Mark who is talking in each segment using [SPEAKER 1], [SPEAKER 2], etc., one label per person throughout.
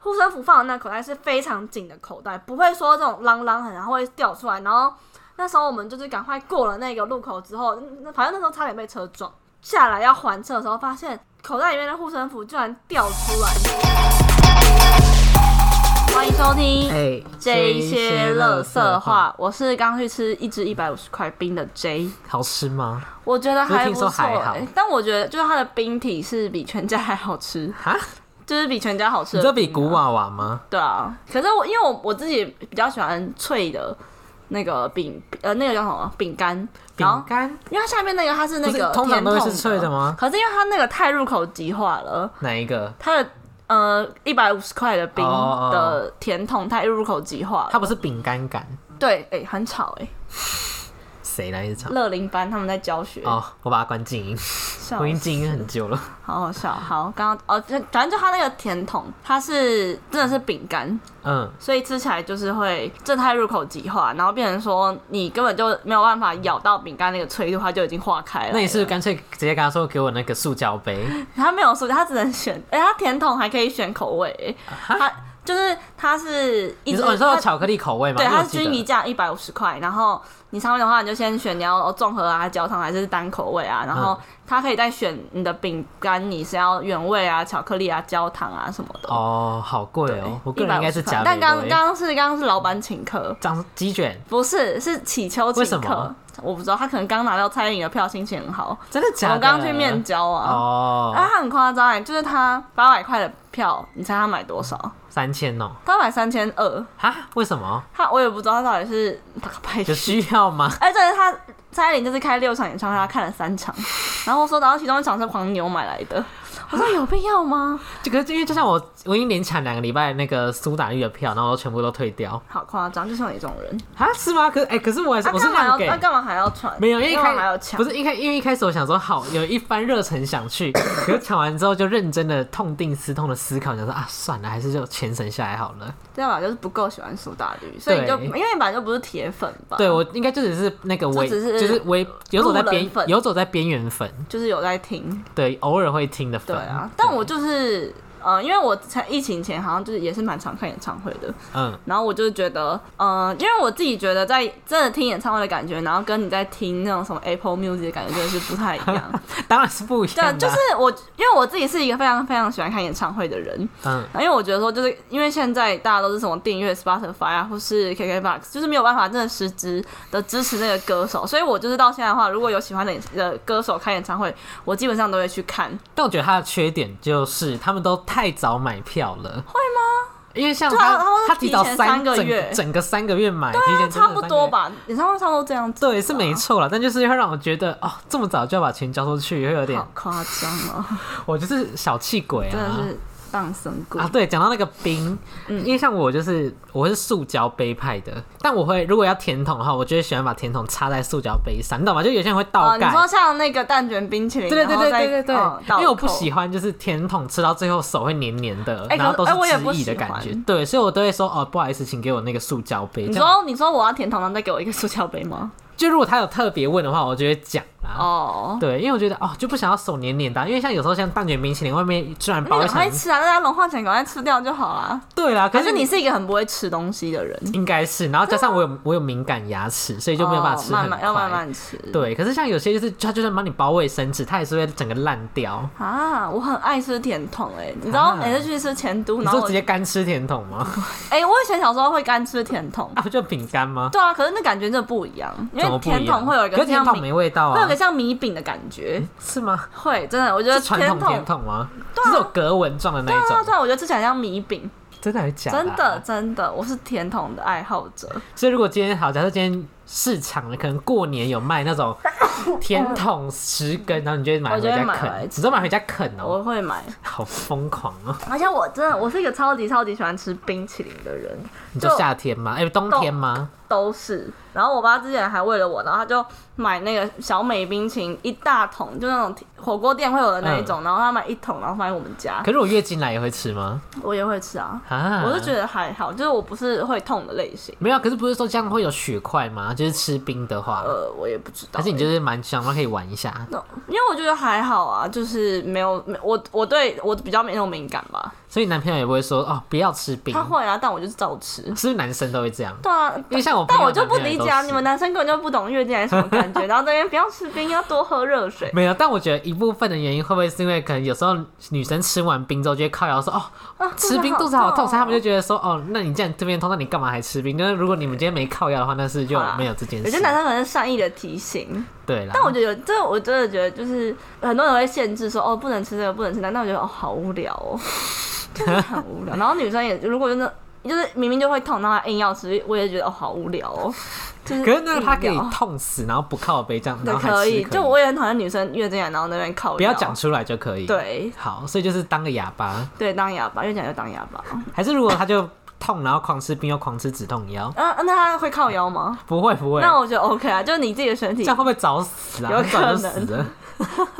[SPEAKER 1] 护身符放的那口袋是非常紧的口袋，不会说这种啷啷很然后会掉出来。然后那时候我们就是赶快过了那个路口之后，嗯反正那时候差点被车撞，下来要还车的时候，发现口袋里面的护身符居然掉出来。 欢迎收听
[SPEAKER 2] 哎，
[SPEAKER 1] 这一些垃圾
[SPEAKER 2] 圾
[SPEAKER 1] 话，我是刚去吃一只一百五十块冰的 J，
[SPEAKER 2] 好吃吗？
[SPEAKER 1] 我觉得还不
[SPEAKER 2] 不是听
[SPEAKER 1] 错、
[SPEAKER 2] 说还好
[SPEAKER 1] 欸但我觉得就是它的冰体是比全家还好吃，
[SPEAKER 2] 哈，
[SPEAKER 1] 就是比全家好吃
[SPEAKER 2] 你
[SPEAKER 1] 的
[SPEAKER 2] 这
[SPEAKER 1] 冰啊。
[SPEAKER 2] 比古娃娃吗？
[SPEAKER 1] 对啊，可是我因为我我自己比较喜欢脆的那个饼，呃，那个叫什么饼干，然后
[SPEAKER 2] 饼干
[SPEAKER 1] 因为它下面那个它是那
[SPEAKER 2] 不
[SPEAKER 1] 个
[SPEAKER 2] 是通常都会是脆
[SPEAKER 1] 的
[SPEAKER 2] 的吗
[SPEAKER 1] 可是因为它那个太入口即化了，
[SPEAKER 2] 哪一个？
[SPEAKER 1] 它的呃一百五十块的冰
[SPEAKER 2] 哦哦哦
[SPEAKER 1] 的甜筒太入口即化了，
[SPEAKER 2] 它不是饼干感，
[SPEAKER 1] 对，哎、很吵哎、
[SPEAKER 2] 谁来一场？
[SPEAKER 1] 乐龄班他们在教学，
[SPEAKER 2] 哦，我把它关静音，
[SPEAKER 1] 嗯笑
[SPEAKER 2] 我已经
[SPEAKER 1] 死
[SPEAKER 2] 静音很久了。
[SPEAKER 1] 好好笑。好，刚刚哦，就反正就它那个甜筒，它是真的是饼干，
[SPEAKER 2] 嗯，
[SPEAKER 1] 所以吃起来就是会正太入口即化，然后变成说你根本就没有办法咬到饼干那个脆度，它就已经化开了。
[SPEAKER 2] 那你是不是干脆直接跟他说给我那个塑胶杯，
[SPEAKER 1] 它没有塑胶，它只能选，哎、它甜筒还可以选口味、它就是它是一
[SPEAKER 2] 啊你哦
[SPEAKER 1] 直
[SPEAKER 2] 说你说有
[SPEAKER 1] 它
[SPEAKER 2] 巧克力口味吗？
[SPEAKER 1] 对，
[SPEAKER 2] 因为
[SPEAKER 1] 它
[SPEAKER 2] 我
[SPEAKER 1] 是
[SPEAKER 2] 记得
[SPEAKER 1] 均一价一百五十块，然后你上面的话，你就先选你要综合啊、焦糖还是单口味啊，然
[SPEAKER 2] 嗯
[SPEAKER 1] 后它可以再选你的饼干，你是要原味啊、巧克力啊、焦糖啊什么的。
[SPEAKER 2] 哦，好贵哦，我个人应该是
[SPEAKER 1] 150块
[SPEAKER 2] 加
[SPEAKER 1] 但
[SPEAKER 2] 倍
[SPEAKER 1] 刚
[SPEAKER 2] 的。
[SPEAKER 1] 刚刚是刚刚是老板请客，
[SPEAKER 2] 长鸡卷，
[SPEAKER 1] 不是是乞求
[SPEAKER 2] 为
[SPEAKER 1] 请
[SPEAKER 2] 什
[SPEAKER 1] 客
[SPEAKER 2] 么。
[SPEAKER 1] 我不知道，他可能刚拿到蔡依林的票，心情很好。
[SPEAKER 2] 真的
[SPEAKER 1] 我
[SPEAKER 2] 假的？
[SPEAKER 1] 们刚刚去面交啊，啊，
[SPEAKER 2] 哦，
[SPEAKER 1] 他很夸张哎，就是他八百块的票，你猜他买多少？
[SPEAKER 2] 三千哦，
[SPEAKER 1] 他买三千二，
[SPEAKER 2] 哈，为什么？
[SPEAKER 1] 他我也不知道他哎到底是哪个牌
[SPEAKER 2] 有
[SPEAKER 1] 子
[SPEAKER 2] 需要吗？
[SPEAKER 1] 而且他蔡依林这次开六场演唱会，他看了三场，然后说，然后其中一场是黄牛买来的。我说有必要吗？
[SPEAKER 2] 这个因为就像我，我已经连抢两个礼拜那个苏打绿的票，然后我全部都退掉
[SPEAKER 1] 好夸张，就像你这种人，
[SPEAKER 2] 啊？是吗？可哎、可是我还是、
[SPEAKER 1] 他
[SPEAKER 2] 我是
[SPEAKER 1] 干嘛
[SPEAKER 2] 让
[SPEAKER 1] 要
[SPEAKER 2] 给
[SPEAKER 1] 他干嘛还要传？
[SPEAKER 2] 没有，因为一
[SPEAKER 1] 干嘛
[SPEAKER 2] 开
[SPEAKER 1] 还要抢？
[SPEAKER 2] 不是一开，因为一开始我想说好有一番热忱想 去，可是抢完之后就认真的痛定思痛的思考，想说啊算了，还是就全省下来好了。
[SPEAKER 1] 对吧？就是不够喜欢苏打绿，所以你就
[SPEAKER 2] 对
[SPEAKER 1] 因为你本来就不是铁粉吧？
[SPEAKER 2] 对，我应该就只是那个微，
[SPEAKER 1] 哦只是
[SPEAKER 2] 就是微游走在
[SPEAKER 1] 路人
[SPEAKER 2] 边
[SPEAKER 1] 粉
[SPEAKER 2] 游走在边缘粉，
[SPEAKER 1] 就是有在听，
[SPEAKER 2] 对，偶尔会听的
[SPEAKER 1] 对
[SPEAKER 2] 粉。
[SPEAKER 1] 啊。但我就是呃，因为我才疫情前好像就是也是蛮常看演唱会的，
[SPEAKER 2] 嗯，
[SPEAKER 1] 然后我就觉得，嗯、因为我自己觉得在真的听演唱会的感觉，然后跟你在听那种什么 Apple Music 的感觉真的是不太一样。
[SPEAKER 2] 当然是不一样的啊、
[SPEAKER 1] 对，就是我，因为我自己是一个非常非常喜欢看演唱会的人，
[SPEAKER 2] 嗯，
[SPEAKER 1] 然后因为我觉得说，就是因为现在大家都是什么订阅 Spotify 啊，或是 KKBox，就是没有办法真的实质的支持那个歌手，所以我就是到现在的话，如果有喜欢的演的歌手开演唱会，我基本上都会去看。
[SPEAKER 2] 但我觉得他的缺点就是他们都太早买票了。会吗？因为像
[SPEAKER 1] 对啊
[SPEAKER 2] 他，
[SPEAKER 1] 他们是
[SPEAKER 2] 提早
[SPEAKER 1] 提前
[SPEAKER 2] 三
[SPEAKER 1] 三个月啊
[SPEAKER 2] 整整个三个月买，提前整
[SPEAKER 1] 差
[SPEAKER 2] 整
[SPEAKER 1] 不
[SPEAKER 2] 三个
[SPEAKER 1] 多
[SPEAKER 2] 月。
[SPEAKER 1] 吧，啊演唱会差不多这样子。
[SPEAKER 2] 对，是没错了，但就是会让我觉得哦，这么早就要把钱交出去，会有点
[SPEAKER 1] 好夸张 哦，
[SPEAKER 2] 我就是小气鬼
[SPEAKER 1] 真的
[SPEAKER 2] 啊。
[SPEAKER 1] 是嗯荡生鬼。
[SPEAKER 2] 啊，对，讲到那个冰，因为像我就是我是塑胶杯派的，但我会如果要甜筒的话，我就会喜欢把甜筒插在塑胶杯上，你懂吗？就有些人会
[SPEAKER 1] 哦，
[SPEAKER 2] 倒
[SPEAKER 1] 你
[SPEAKER 2] 盖，
[SPEAKER 1] 说像那个蛋卷冰淇淋，
[SPEAKER 2] 对对对对对对对，
[SPEAKER 1] 哦
[SPEAKER 2] 因为我不
[SPEAKER 1] 欢。
[SPEAKER 2] 喜欢就是甜筒吃到最后手会黏黏的，
[SPEAKER 1] 哎可
[SPEAKER 2] 然后都
[SPEAKER 1] 哎我也
[SPEAKER 2] 是
[SPEAKER 1] 不
[SPEAKER 2] 汁液的
[SPEAKER 1] 喜
[SPEAKER 2] 感觉
[SPEAKER 1] 欢，
[SPEAKER 2] 对，所以我都会说哦，不好意思，请给我那个塑胶杯。
[SPEAKER 1] 你
[SPEAKER 2] 这样
[SPEAKER 1] 说你说我要甜筒，然后再给我一个塑胶杯吗？
[SPEAKER 2] 就如果他有特别问的话，我就会讲啦。
[SPEAKER 1] 哦，
[SPEAKER 2] 对，因为我觉得哦，就不想要手黏黏的啊、因为像有时候像蛋卷冰淇淋外面居然包
[SPEAKER 1] 那
[SPEAKER 2] 一
[SPEAKER 1] 赶快
[SPEAKER 2] 层，
[SPEAKER 1] 吃啊！大家融化前赶快吃掉就好啦。
[SPEAKER 2] 对啦，
[SPEAKER 1] 可
[SPEAKER 2] 可
[SPEAKER 1] 是你是一个很不会吃东西的人，
[SPEAKER 2] 应该是，然后加上我有我有敏感牙齿，所以就没有办法吃
[SPEAKER 1] 哦
[SPEAKER 2] 很
[SPEAKER 1] 慢慢
[SPEAKER 2] 快。
[SPEAKER 1] 要慢慢吃。
[SPEAKER 2] 对，可是像有些就是它就算帮你包卫生纸，它也是会整个烂掉。
[SPEAKER 1] 啊，我很爱吃甜筒哎、你知道
[SPEAKER 2] 啊
[SPEAKER 1] 每次去吃前都，
[SPEAKER 2] 你
[SPEAKER 1] 然后
[SPEAKER 2] 说
[SPEAKER 1] 我
[SPEAKER 2] 直接干吃甜筒吗？
[SPEAKER 1] 哎、我以前小时候会干吃甜筒，
[SPEAKER 2] 啊，不就饼干吗？
[SPEAKER 1] 对啊，可是那感觉真的不一样，因
[SPEAKER 2] 怎么
[SPEAKER 1] 为
[SPEAKER 2] 不一
[SPEAKER 1] 甜
[SPEAKER 2] 样
[SPEAKER 1] 筒会有一
[SPEAKER 2] 可
[SPEAKER 1] 个
[SPEAKER 2] 是甜
[SPEAKER 1] 像
[SPEAKER 2] 筒
[SPEAKER 1] 米，
[SPEAKER 2] 没味道
[SPEAKER 1] 会有一
[SPEAKER 2] 啊
[SPEAKER 1] 个，像米饼的感觉，
[SPEAKER 2] 是吗？
[SPEAKER 1] 会真的，我觉得
[SPEAKER 2] 是传
[SPEAKER 1] 甜
[SPEAKER 2] 统甜
[SPEAKER 1] 筒。啊
[SPEAKER 2] 筒吗？就是有格纹状的那一
[SPEAKER 1] 对啊，
[SPEAKER 2] 种，
[SPEAKER 1] 对啊，我觉得吃起来像米饼，
[SPEAKER 2] 真的还是假的啊？
[SPEAKER 1] 真的真的，我是甜筒的爱好者。
[SPEAKER 2] 所以如果今天好，假设今天市场可能过年有卖 那种甜筒十根，然后你就会买
[SPEAKER 1] 我就
[SPEAKER 2] 回
[SPEAKER 1] 会
[SPEAKER 2] 家
[SPEAKER 1] 买来
[SPEAKER 2] 啃，
[SPEAKER 1] 吃
[SPEAKER 2] 你都买回家啃哦、
[SPEAKER 1] 我会买，
[SPEAKER 2] 好疯狂哦、
[SPEAKER 1] 而且我真的我是一个超级超级喜欢吃冰淇淋的人，
[SPEAKER 2] 你说夏天吗？哎、冬天吗？
[SPEAKER 1] 都是。然后我爸之前还为了我，然后他就买那个小美冰淇淋一大桶，就那种火锅店会有的那一种，然后他买一桶，然后放在我们家，
[SPEAKER 2] 嗯可是我月经来也会吃吗？
[SPEAKER 1] 我也会吃啊。
[SPEAKER 2] 啊，
[SPEAKER 1] 我是觉得还好，就是我不是会痛的类型。
[SPEAKER 2] 没有啊，可是不是说这样会有血块吗？就是吃冰的话，
[SPEAKER 1] 呃，我也不知道、
[SPEAKER 2] 还是你
[SPEAKER 1] 欸
[SPEAKER 2] 就是蛮想说可以玩一下。
[SPEAKER 1] 那因为我觉得还好啊，就是没有没我我对我比较没那么敏感吧。
[SPEAKER 2] 所以男朋友也不会说哦不要吃冰，
[SPEAKER 1] 他会啊，但我就是照吃。
[SPEAKER 2] 是不是男生都会这样？
[SPEAKER 1] 对啊，
[SPEAKER 2] 因为像我，
[SPEAKER 1] 但我就不理解啊，
[SPEAKER 2] 们。
[SPEAKER 1] 你们男生根本就不懂月经来是什么感 觉，然后在那边不要吃冰，要多喝热水。
[SPEAKER 2] 没有，但我觉得一部分的原因会不会是因为可能有时候女生吃完冰之后就会靠谣说哦，
[SPEAKER 1] 啊，
[SPEAKER 2] 吃冰肚子好痛，所以他们就
[SPEAKER 1] 就
[SPEAKER 2] 觉得说哦，那你既然这边痛，那你干嘛还吃冰？那如果你们今天没靠药的话，那是就
[SPEAKER 1] 好啦
[SPEAKER 2] 没有这件
[SPEAKER 1] 有
[SPEAKER 2] 事。
[SPEAKER 1] 些男生可能是善意哎的提醒，
[SPEAKER 2] 对啦，
[SPEAKER 1] 但我觉得有这，我真的觉得就是很多人会限制说哦，不能吃这个，不能吃那个，但我觉得哦，好无聊 哦，真的很无聊。然后女生也如果真的就是明明就会痛，然后还硬要吃，我也觉得哦，好无聊哦。就是
[SPEAKER 2] 可是那他可
[SPEAKER 1] 硬
[SPEAKER 2] 以
[SPEAKER 1] 要
[SPEAKER 2] 痛死，然后不靠背这样，
[SPEAKER 1] 对
[SPEAKER 2] 然后还吃
[SPEAKER 1] 可以，就我也很讨厌女生月经来然后那边靠腰，
[SPEAKER 2] 不要讲出来就可以。，
[SPEAKER 1] 对
[SPEAKER 2] 好，所以就是当个哑巴，
[SPEAKER 1] 对当哑巴，越讲就当哑巴。
[SPEAKER 2] 还是如果他就痛，然后狂吃冰又狂吃止痛药，
[SPEAKER 1] 嗯、那他会靠腰吗？
[SPEAKER 2] 不会不会，
[SPEAKER 1] 那我觉得 OK 啊，就是你自己的身
[SPEAKER 2] 这
[SPEAKER 1] 体
[SPEAKER 2] 样，会不会早死啊？
[SPEAKER 1] 有可能
[SPEAKER 2] 早就死了，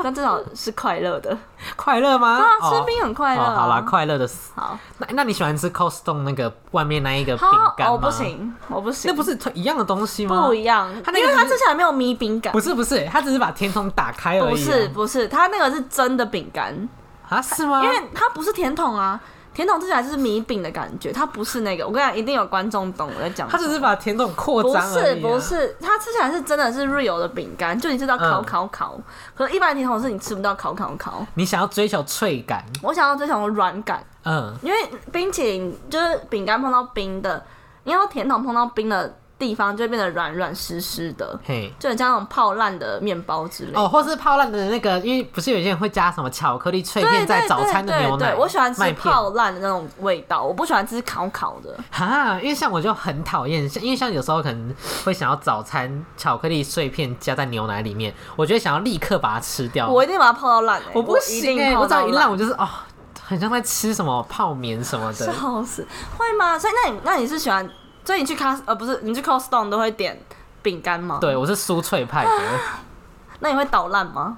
[SPEAKER 1] 但至少是快乐 的。
[SPEAKER 2] 快乐吗？
[SPEAKER 1] 对啊，
[SPEAKER 2] 哦
[SPEAKER 1] 吃冰很快乐、啊
[SPEAKER 2] 哦，好啦，快乐的死。
[SPEAKER 1] 好，
[SPEAKER 2] 那那你喜欢吃 Costco 那个外面那一个饼
[SPEAKER 1] 好，
[SPEAKER 2] 干吗？
[SPEAKER 1] 我不，行，我不行，
[SPEAKER 2] 那不是同一样的东西吗？
[SPEAKER 1] 不一样，
[SPEAKER 2] 它那
[SPEAKER 1] 因
[SPEAKER 2] 个
[SPEAKER 1] 为它
[SPEAKER 2] 就是
[SPEAKER 1] 吃起来没有米饼干
[SPEAKER 2] 不，是不是，他只是把天筒打开而已啊、
[SPEAKER 1] 不是不是，它那个是真的饼干，
[SPEAKER 2] 啊？是吗？
[SPEAKER 1] 因为它不是甜筒啊。甜筒吃起来是米饼的感觉，它不是那个。我跟你讲，一定有观众懂我在讲什
[SPEAKER 2] 他
[SPEAKER 1] 么。
[SPEAKER 2] 只是把甜筒扩
[SPEAKER 1] 不
[SPEAKER 2] 张、而
[SPEAKER 1] 是
[SPEAKER 2] 已啊
[SPEAKER 1] 不，是，它吃起来是真的是 real 的饼干，就你知道烤
[SPEAKER 2] 嗯
[SPEAKER 1] 烤烤。可是一般的甜筒是你吃不到烤烤烤。
[SPEAKER 2] 你想要追求脆感，
[SPEAKER 1] 我想要追求软感，
[SPEAKER 2] 嗯，
[SPEAKER 1] 因为冰淇淋就是饼干碰到冰的，因为甜筒碰到冰的地方就会变得软软湿湿的，
[SPEAKER 2] 嘿。
[SPEAKER 1] 就很像那种泡烂的面包之类的。
[SPEAKER 2] 哦，或是泡烂的那个，因为不是有些人会加什么巧克力脆片在早餐的牛
[SPEAKER 1] 对对
[SPEAKER 2] 奶，
[SPEAKER 1] 对对，我喜欢吃
[SPEAKER 2] 麦片
[SPEAKER 1] 泡烂的那种味道，我不喜欢吃烤烤的。
[SPEAKER 2] 哈，因为像我就很讨厌，像因为像有时候可能会想要早餐巧克力碎片加在牛奶里面，我觉得想要立刻把它吃掉。
[SPEAKER 1] 我一定把它泡到烂、欸，
[SPEAKER 2] 哦我不
[SPEAKER 1] 一
[SPEAKER 2] 行
[SPEAKER 1] 定
[SPEAKER 2] 哎、
[SPEAKER 1] 泡
[SPEAKER 2] 我只
[SPEAKER 1] 到
[SPEAKER 2] 要一烂
[SPEAKER 1] 烂。
[SPEAKER 2] 我就是哦，很像在吃什么泡棉什么的。
[SPEAKER 1] 笑死，会吗？所以那你那你是喜欢，所以你去 Cos 呃不是你去 Costco 都会点饼干吗？，
[SPEAKER 2] 对，我是酥脆派 的，
[SPEAKER 1] 那你会捣烂吗？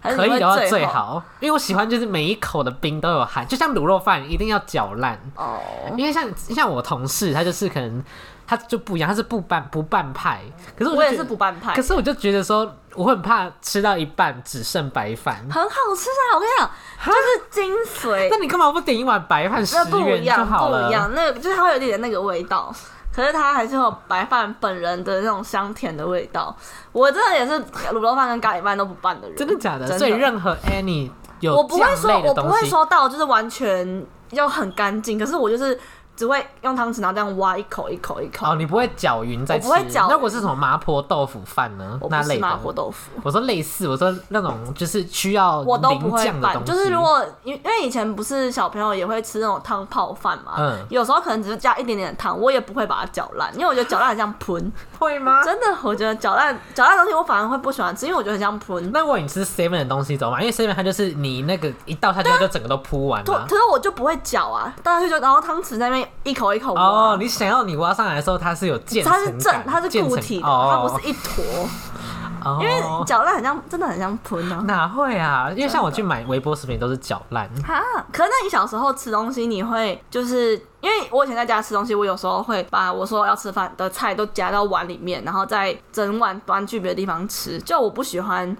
[SPEAKER 1] 还是
[SPEAKER 2] 可
[SPEAKER 1] 你会
[SPEAKER 2] 以的话
[SPEAKER 1] 最
[SPEAKER 2] 最
[SPEAKER 1] 后
[SPEAKER 2] 好，因为我喜欢就是每一口的冰都有含，就像卤肉饭一定要搅烂，
[SPEAKER 1] 哦。
[SPEAKER 2] 因为像像我同事他就是可能他就不一样，他是不拌不拌派，可是我
[SPEAKER 1] 我
[SPEAKER 2] 就
[SPEAKER 1] 也
[SPEAKER 2] 觉
[SPEAKER 1] 是
[SPEAKER 2] 得
[SPEAKER 1] 不拌派
[SPEAKER 2] 可，是我就觉得说我很怕吃到一半只剩白 饭，
[SPEAKER 1] 很好吃啊！我跟你讲，就是精髓
[SPEAKER 2] 那，你干嘛不点一碗白饭十
[SPEAKER 1] 那不
[SPEAKER 2] 元
[SPEAKER 1] 一
[SPEAKER 2] 就
[SPEAKER 1] 样，
[SPEAKER 2] 好
[SPEAKER 1] 不
[SPEAKER 2] 了
[SPEAKER 1] 一？样，那个就是它会有一点点那个味道，可是它还是会有白饭本人的那种香甜的味道。我真的也是卤肉饭跟咖喱饭都不拌的人，
[SPEAKER 2] 真的假的？
[SPEAKER 1] 真的
[SPEAKER 2] 所以任何 any 有
[SPEAKER 1] 我不会
[SPEAKER 2] 酱
[SPEAKER 1] 说，
[SPEAKER 2] 类的
[SPEAKER 1] 我不
[SPEAKER 2] 东
[SPEAKER 1] 会
[SPEAKER 2] 西，
[SPEAKER 1] 说到就是完全要很干净，可是我就是只会用汤匙然后这样挖一口一口一口。
[SPEAKER 2] 哦，你不会搅匀再
[SPEAKER 1] 我
[SPEAKER 2] 吃。
[SPEAKER 1] 不会搅匀
[SPEAKER 2] 那我是什么麻婆豆腐饭呢
[SPEAKER 1] 我？不
[SPEAKER 2] 那
[SPEAKER 1] 是
[SPEAKER 2] 类的
[SPEAKER 1] 麻。婆豆腐，
[SPEAKER 2] 我说类似，我说那种就是需要
[SPEAKER 1] 我都不
[SPEAKER 2] 淋
[SPEAKER 1] 会
[SPEAKER 2] 酱的
[SPEAKER 1] 拌。
[SPEAKER 2] 东西。
[SPEAKER 1] 就是如果因因为以前不是小朋友也会吃那种汤泡饭嘛，
[SPEAKER 2] 嗯
[SPEAKER 1] 有时候可能只是加一点点的汤，我也不会把它搅烂，因为我觉得搅烂很像 喷。
[SPEAKER 2] 会吗？
[SPEAKER 1] 真的，我觉得搅烂搅烂的东西我反而会不喜欢吃，因为我觉得很像喷。
[SPEAKER 2] 那如果你吃 seven 的东西怎么办？因为 seven 它就是你那个一倒下去，它就整个都铺完
[SPEAKER 1] 啊对，
[SPEAKER 2] 了
[SPEAKER 1] 可。是我就不会搅啊，当然就然后汤匙在那边一口一口挖。
[SPEAKER 2] 哦，你想要你挖上来的时候，它是有渐层
[SPEAKER 1] 啊它是
[SPEAKER 2] 感
[SPEAKER 1] 正，它是固体的，它不是一坨。
[SPEAKER 2] 哦、
[SPEAKER 1] 因为
[SPEAKER 2] 哦
[SPEAKER 1] 搅烂很像，真的很像喷啊。
[SPEAKER 2] 哪会啊？因为像我去买微波食品都是搅烂，
[SPEAKER 1] 哈，可是那你小时候吃东西，你会就是因为我以前在家吃东西，我有时候会把我说要吃饭的菜都夹到碗里面，然后再整碗端去别的地方吃。就我不喜欢，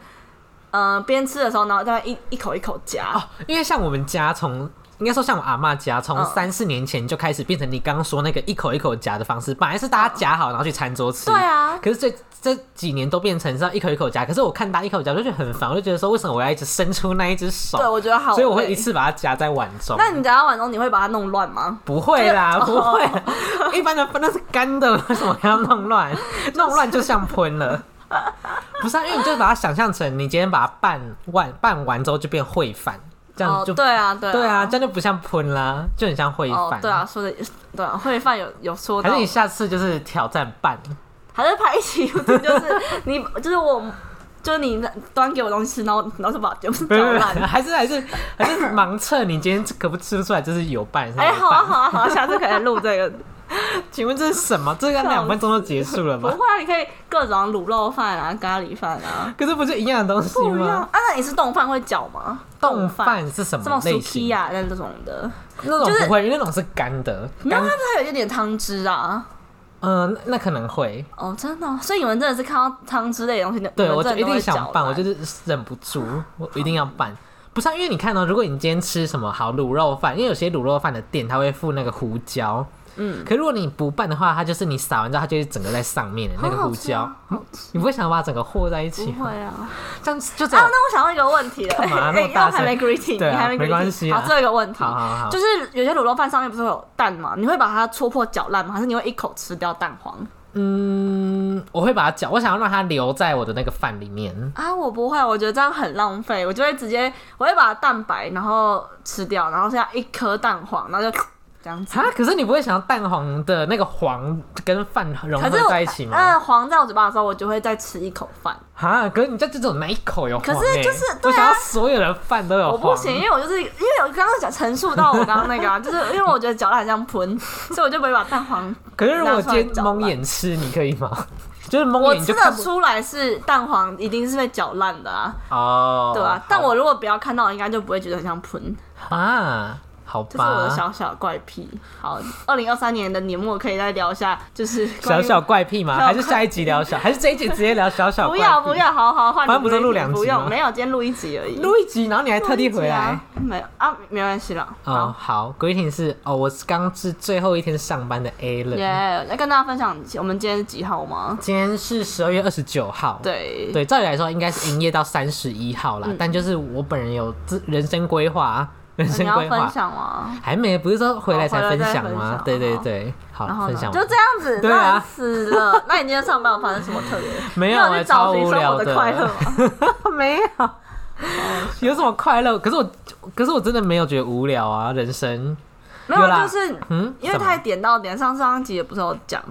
[SPEAKER 1] 呃，边吃的时候，然后再一一口一口夹。
[SPEAKER 2] 哦，因为像我们家从。应该说，像我阿嬷家，从
[SPEAKER 1] 嗯
[SPEAKER 2] 三四年前就开始变成你刚刚说那个一口一口夹的方式。本来是大家夹好，然后去餐桌吃。
[SPEAKER 1] 嗯对啊，
[SPEAKER 2] 可是这这几年都变成是要一口一口夹。可是我看大家一口夹，我就觉得很烦，我就觉得说，为什么我要一直伸出那一只手？
[SPEAKER 1] 对，我觉得好累。
[SPEAKER 2] 所以我会一次把它夹在碗中。
[SPEAKER 1] 那你夹到碗中，你会把它弄乱吗？
[SPEAKER 2] 不会啦，
[SPEAKER 1] 这
[SPEAKER 2] 不
[SPEAKER 1] 个
[SPEAKER 2] 会啦，
[SPEAKER 1] 哦
[SPEAKER 2] 一般的分那是干的，为什么要弄乱？弄乱就像喷了。不是啊，因为你就把它想象成你今天把它拌完拌完之后就变烩饭，这样
[SPEAKER 1] 哦
[SPEAKER 2] 就、，
[SPEAKER 1] 对啊，对啊，
[SPEAKER 2] 对啊，这样就不像喷啦，就很像烩
[SPEAKER 1] 哦
[SPEAKER 2] 饭、，
[SPEAKER 1] 对啊，，说的对啊，烩饭有有说
[SPEAKER 2] 还
[SPEAKER 1] 到
[SPEAKER 2] 是，你下次就是挑战拌，
[SPEAKER 1] 还是拍一起 YouTube，就是你就是我，就是你端给我东西吃，然后然后就把就搅
[SPEAKER 2] 不是不是
[SPEAKER 1] 烂。
[SPEAKER 2] 还是还是还是盲测你今天可不吃不出来，这是有拌。是没
[SPEAKER 1] 哎，好啊，
[SPEAKER 2] 拌
[SPEAKER 1] 好啊，好啊，下次可以录这个。
[SPEAKER 2] 请问这是什么？这个两分钟就结束了
[SPEAKER 1] 不
[SPEAKER 2] 吧？
[SPEAKER 1] 会啊，你可以各种卤肉饭啊、咖喱饭啊，
[SPEAKER 2] 可是不是一样的东西
[SPEAKER 1] 不一样。
[SPEAKER 2] 吗？
[SPEAKER 1] 啊，那你是冻饭会搅吗？
[SPEAKER 2] 冻饭是什
[SPEAKER 1] 这种
[SPEAKER 2] 么类
[SPEAKER 1] suki
[SPEAKER 2] 型？
[SPEAKER 1] 呀那种的，
[SPEAKER 2] 那
[SPEAKER 1] 啊
[SPEAKER 2] 种
[SPEAKER 1] 就是
[SPEAKER 2] 不会，因为那种是干的，
[SPEAKER 1] 没有，
[SPEAKER 2] 干
[SPEAKER 1] 它它有一点汤汁啊。
[SPEAKER 2] 嗯、那那可能会。
[SPEAKER 1] 哦，真的哦，所以你们真的是看到汤汁类的东西，你
[SPEAKER 2] 对
[SPEAKER 1] 你
[SPEAKER 2] 我
[SPEAKER 1] 们
[SPEAKER 2] 就
[SPEAKER 1] 真的
[SPEAKER 2] 一
[SPEAKER 1] 都会
[SPEAKER 2] 定想
[SPEAKER 1] 搅
[SPEAKER 2] 办，我
[SPEAKER 1] 烂
[SPEAKER 2] 就是忍不住，我一定要办。不是、啊，因为你看哦，如果你今天吃什么好卤肉饭，因为有些卤肉饭的店它会附那个胡椒，
[SPEAKER 1] 嗯，
[SPEAKER 2] 可如果你不拌的话，它就是你撒完之后，它就是整个在上面的那个
[SPEAKER 1] 好好
[SPEAKER 2] 胡
[SPEAKER 1] 吃
[SPEAKER 2] 椒
[SPEAKER 1] 啊，
[SPEAKER 2] 嗯 你不会想把它整个和在一起
[SPEAKER 1] 不
[SPEAKER 2] 吗？
[SPEAKER 1] 会啊。
[SPEAKER 2] 这样就这
[SPEAKER 1] 啊，
[SPEAKER 2] 样。
[SPEAKER 1] 那我想问一个问题了，
[SPEAKER 2] 干嘛啊那么
[SPEAKER 1] 哎
[SPEAKER 2] 大
[SPEAKER 1] 我还没 greeting，
[SPEAKER 2] 对啊
[SPEAKER 1] 你还没 greeting，
[SPEAKER 2] 没关系啊
[SPEAKER 1] 好，最后一个问题
[SPEAKER 2] 好，好好，
[SPEAKER 1] 就是有些卤肉饭上面不是会有蛋吗？你会把它戳破搅烂吗？还是你会一口吃掉蛋黄？
[SPEAKER 2] 嗯，我会把它搅，我想要让它留在我的那个饭里面。
[SPEAKER 1] 啊，我不会，我觉得这样很浪费，我就会直接，我会把蛋白然后吃掉，然后剩下一颗蛋黄，然后就这样子。
[SPEAKER 2] 啊，可是你不会想要蛋黄的那个黄跟饭融
[SPEAKER 1] 可
[SPEAKER 2] 合
[SPEAKER 1] 是我
[SPEAKER 2] 在一起吗？
[SPEAKER 1] 呃，黄在我嘴巴的时候，我就会再吃一口饭。
[SPEAKER 2] 啊，可是你就只有那一口有黄、欸，
[SPEAKER 1] 可是就是
[SPEAKER 2] 我
[SPEAKER 1] 对啊
[SPEAKER 2] 想要所有的饭都有
[SPEAKER 1] 我
[SPEAKER 2] 哦
[SPEAKER 1] 不
[SPEAKER 2] 黄。
[SPEAKER 1] 行，因为我就是因为我刚刚讲陈述到我刚刚那个啊，就是因为我觉得嚼烂很像喷， 所以我就不会把蛋黄。
[SPEAKER 2] 可是如果
[SPEAKER 1] 拿出来
[SPEAKER 2] 今天
[SPEAKER 1] 搅
[SPEAKER 2] 蒙
[SPEAKER 1] 拌
[SPEAKER 2] 眼吃，你可以吗？就是蒙
[SPEAKER 1] 我
[SPEAKER 2] 眼你
[SPEAKER 1] 吃
[SPEAKER 2] 就看
[SPEAKER 1] 得
[SPEAKER 2] 不
[SPEAKER 1] 出来是蛋黄一定是被搅烂的啊，
[SPEAKER 2] 哦，
[SPEAKER 1] 对吧、
[SPEAKER 2] 好
[SPEAKER 1] 但我如果不要看到，应该就不会觉得很像喷。
[SPEAKER 2] 啊，好吧，
[SPEAKER 1] 这是我的小小怪癖。好，二零二三年的年末可以再聊一下，就是关
[SPEAKER 2] 小
[SPEAKER 1] 于
[SPEAKER 2] 小怪癖吗？
[SPEAKER 1] 小
[SPEAKER 2] 还是下一集聊小？还是这一集直接聊小小
[SPEAKER 1] 不
[SPEAKER 2] 怪癖？
[SPEAKER 1] 要不要，好好换。
[SPEAKER 2] 反正不是录两集
[SPEAKER 1] 不用，
[SPEAKER 2] 吗
[SPEAKER 1] 没有，今天录一集而已。
[SPEAKER 2] 录一集，然后你还特地
[SPEAKER 1] 录一集
[SPEAKER 2] 回来
[SPEAKER 1] 啊。没有啊，没关系了。好
[SPEAKER 2] 哦，好，greeting 是哦，我是刚是最后一天上班的 A 了。
[SPEAKER 1] 耶！来跟大家分享，我们今天是几号吗？
[SPEAKER 2] 今天是十二月二十九号，
[SPEAKER 1] 对，
[SPEAKER 2] 对，照理来说应该是营业到三十一号啦，但就是我本人有自人生规划啊，人
[SPEAKER 1] 你
[SPEAKER 2] 生
[SPEAKER 1] 要
[SPEAKER 2] 规
[SPEAKER 1] 分
[SPEAKER 2] 划
[SPEAKER 1] 享吗？
[SPEAKER 2] 还没，不是说回来
[SPEAKER 1] 哦
[SPEAKER 2] 才
[SPEAKER 1] 回来
[SPEAKER 2] 分
[SPEAKER 1] 再
[SPEAKER 2] 享
[SPEAKER 1] 分
[SPEAKER 2] 吗？
[SPEAKER 1] 享
[SPEAKER 2] 对对
[SPEAKER 1] 好
[SPEAKER 2] 对，好，
[SPEAKER 1] 然后
[SPEAKER 2] 分
[SPEAKER 1] 呢？
[SPEAKER 2] 享
[SPEAKER 1] 就
[SPEAKER 2] 完
[SPEAKER 1] 这样子，
[SPEAKER 2] 对啊
[SPEAKER 1] 烂死了。那你今天上班有发生什么特别？
[SPEAKER 2] 没
[SPEAKER 1] 你
[SPEAKER 2] 有
[SPEAKER 1] 有
[SPEAKER 2] 啊，
[SPEAKER 1] 去找
[SPEAKER 2] 超
[SPEAKER 1] 寻
[SPEAKER 2] 无
[SPEAKER 1] 生
[SPEAKER 2] 聊
[SPEAKER 1] 活的快 乐吗？
[SPEAKER 2] 哦没有， 有什么快乐？可是我，可是我真的没有觉得无聊啊，人生，
[SPEAKER 1] 没有，啊
[SPEAKER 2] 有啦
[SPEAKER 1] 就是
[SPEAKER 2] 嗯，
[SPEAKER 1] 因为
[SPEAKER 2] 什么
[SPEAKER 1] 太点到点，上上集也不是有讲。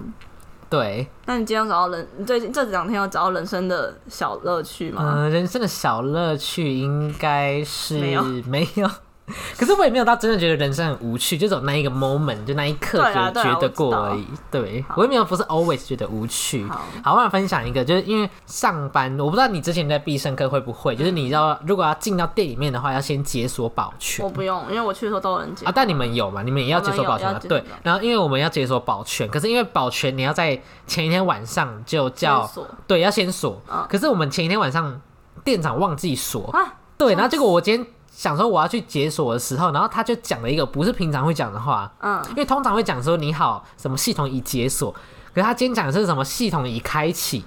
[SPEAKER 2] 对，
[SPEAKER 1] 那你今天有找到人，你最近这两天有找到人生的小乐趣吗？
[SPEAKER 2] 嗯、人生的小乐趣应该是
[SPEAKER 1] 啊没有
[SPEAKER 2] 没有 可是我也没有到真的觉得人生很无趣，就只有那一个 moment，就那一刻
[SPEAKER 1] 对
[SPEAKER 2] 觉
[SPEAKER 1] 啊
[SPEAKER 2] 得、
[SPEAKER 1] 对啊
[SPEAKER 2] 觉
[SPEAKER 1] 我
[SPEAKER 2] 得
[SPEAKER 1] 知
[SPEAKER 2] 过
[SPEAKER 1] 道
[SPEAKER 2] 而已。对
[SPEAKER 1] 好
[SPEAKER 2] 我也没有不是 always 觉得无趣。
[SPEAKER 1] 好
[SPEAKER 2] 我想分享一个，就是因为上班，我不知道你之前在必胜客会不会，就是你要如果要进到店里面的话，要先解锁保全
[SPEAKER 1] 我。不用，因为我去的时候都有人接
[SPEAKER 2] 啊，。但你们有嘛？你们也要
[SPEAKER 1] 我们
[SPEAKER 2] 解锁
[SPEAKER 1] 有
[SPEAKER 2] 保全
[SPEAKER 1] 要
[SPEAKER 2] 嘛？
[SPEAKER 1] 解
[SPEAKER 2] 对
[SPEAKER 1] 锁。
[SPEAKER 2] 然后因为我们要解锁保全，可是因为保全你要在前一天晚上就叫
[SPEAKER 1] 先锁
[SPEAKER 2] 对，要先锁。
[SPEAKER 1] 嗯
[SPEAKER 2] 可是我们前一天晚上店长忘记锁，
[SPEAKER 1] 啊，
[SPEAKER 2] 对。
[SPEAKER 1] 这样
[SPEAKER 2] 然后结果我今天想说我要去解锁的时候，然后他就讲了一个不是平常会讲的话，
[SPEAKER 1] 嗯，
[SPEAKER 2] 因为通常会讲说你好，什么系统已解锁，可是他今天讲的是什么系统已开启，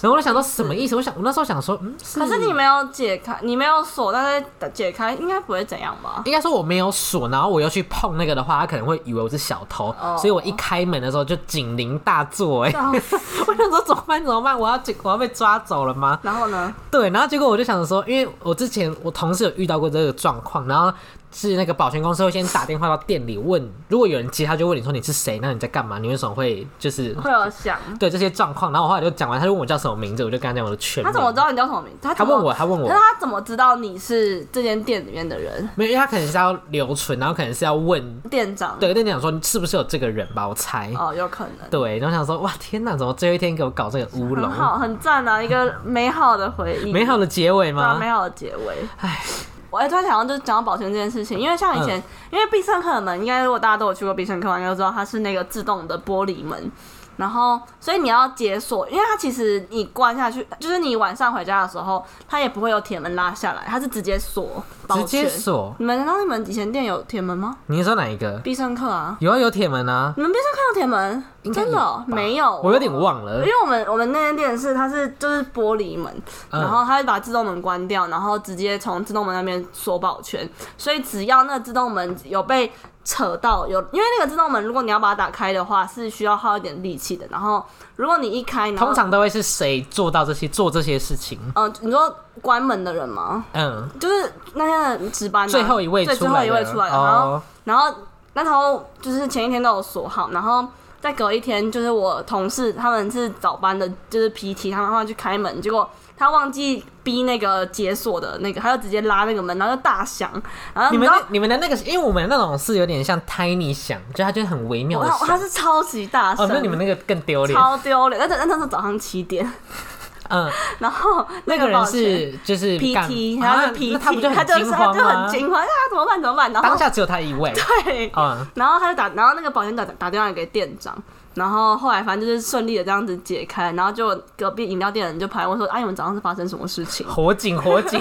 [SPEAKER 2] 然后我就想说什么意思？我想我那时候想说，嗯，
[SPEAKER 1] 可是你没有解开，你没有锁，但是解开应该不会怎样吧？
[SPEAKER 2] 应该说我没有锁，然后我又去碰那个的话，他可能会以为我是小偷，
[SPEAKER 1] 哦
[SPEAKER 2] 所以我一开门的时候就警铃大作、哎，
[SPEAKER 1] 笑死
[SPEAKER 2] 我想说怎么办？怎么办？我要警我要被抓走了吗？
[SPEAKER 1] 然后呢？
[SPEAKER 2] 对，然后结果我就想说，因为我之前我同事有遇到过这个状况，然后是那个保全公司会先打电话到店里问，如果有人接，他就问你说你是谁，那你在干嘛？你为什么会 就是
[SPEAKER 1] 会有想，
[SPEAKER 2] 对这些状况？然后我后来就讲完，他就问我叫什么名字，我就跟他讲我的全 名。
[SPEAKER 1] 他怎么知道你叫什么名字？他
[SPEAKER 2] 他
[SPEAKER 1] 怎么
[SPEAKER 2] 问我，他问我
[SPEAKER 1] 可是， 他怎么知道你是这间店里面的人？
[SPEAKER 2] 没有，因为他可能是要留存，然后可能是要问，
[SPEAKER 1] 店长？
[SPEAKER 2] 对，店长说是不是有这个人吧？我猜。
[SPEAKER 1] 哦，有可能。
[SPEAKER 2] 对，然后想说，哇，天哪，怎么最后一天给我搞这个乌龙
[SPEAKER 1] 很？好，很赞啊！一个美好的回忆，
[SPEAKER 2] 美好的结尾
[SPEAKER 1] 对啊，
[SPEAKER 2] 吗
[SPEAKER 1] 美？好的结尾。
[SPEAKER 2] 唉，嗯
[SPEAKER 1] 我还突然想到，就是讲到保全这件事情，因为像以前，因为必胜客的门，应该如果大家都有去过必胜客，应该都知道它是那个自动的玻璃门。然后，所以你要解锁，因为它其实你关下去，就是你晚上回家的时候，它也不会有铁门拉下来，它是直接锁。保
[SPEAKER 2] 直接
[SPEAKER 1] 全。
[SPEAKER 2] 锁？
[SPEAKER 1] 你们难道你们以前店有铁门吗？
[SPEAKER 2] 你是说哪一个？
[SPEAKER 1] 必胜客啊，
[SPEAKER 2] 有啊，有铁门啊，
[SPEAKER 1] 你们必胜客有铁门？
[SPEAKER 2] 应该
[SPEAKER 1] 真的哦
[SPEAKER 2] 有吧
[SPEAKER 1] 没有？哎
[SPEAKER 2] 我有点忘了
[SPEAKER 1] 因。为我们我们那间店是它是就是玻璃门，
[SPEAKER 2] 嗯
[SPEAKER 1] 然后它会把自动门关掉，然后直接从自动门那边锁保全，所以只要那个自动门有被扯到有，因为那个自动门如果你要把它打开的话是需要耗一点力气的，然后如果你一开，然后
[SPEAKER 2] 通常都会是谁做到这些做这些事情？
[SPEAKER 1] 嗯、你说关门的人吗？
[SPEAKER 2] 嗯，
[SPEAKER 1] 就是那天的值班啊、
[SPEAKER 2] 最后一位
[SPEAKER 1] 对
[SPEAKER 2] 出
[SPEAKER 1] 最后
[SPEAKER 2] 来
[SPEAKER 1] 一
[SPEAKER 2] 的
[SPEAKER 1] 位出来的，然后
[SPEAKER 2] 哦，
[SPEAKER 1] 然后那时候就是前一天都有锁好，然后再隔一天就是我同事他们是早班的，就是 PT 他们他们去开门，结果他忘记逼那个解锁的那个，他就直接拉那个门，然后就大响，然后你
[SPEAKER 2] 你们
[SPEAKER 1] 知道
[SPEAKER 2] 那。你们的那个，因为我们那种是有点像 tiny 响，就它就是很微妙的
[SPEAKER 1] 哇，他
[SPEAKER 2] 响。哦
[SPEAKER 1] 是超级大声，
[SPEAKER 2] 哦，那你们那个更丢脸。
[SPEAKER 1] 超丢脸！那那那是早上七点，
[SPEAKER 2] 嗯，
[SPEAKER 1] 然后
[SPEAKER 2] 那个
[SPEAKER 1] 保
[SPEAKER 2] 人
[SPEAKER 1] 全
[SPEAKER 2] 是就是干
[SPEAKER 1] PT，他
[SPEAKER 2] 啊
[SPEAKER 1] 是
[SPEAKER 2] 那他不就
[SPEAKER 1] PT，他
[SPEAKER 2] 很
[SPEAKER 1] 就
[SPEAKER 2] 惊
[SPEAKER 1] 是他
[SPEAKER 2] 慌
[SPEAKER 1] 就很
[SPEAKER 2] 吗？
[SPEAKER 1] 惊慌啊，怎么办怎么办？然
[SPEAKER 2] 当
[SPEAKER 1] 后
[SPEAKER 2] 下只有他一位，
[SPEAKER 1] 对，
[SPEAKER 2] 嗯，
[SPEAKER 1] 然后他就打，然后那个保险打打电话给店长，然后后来反正就是顺利的这样子解开，然后就隔壁饮料店的人就跑来问说：“啊，你们早上是发生什么事 情
[SPEAKER 2] 火警火 警，？”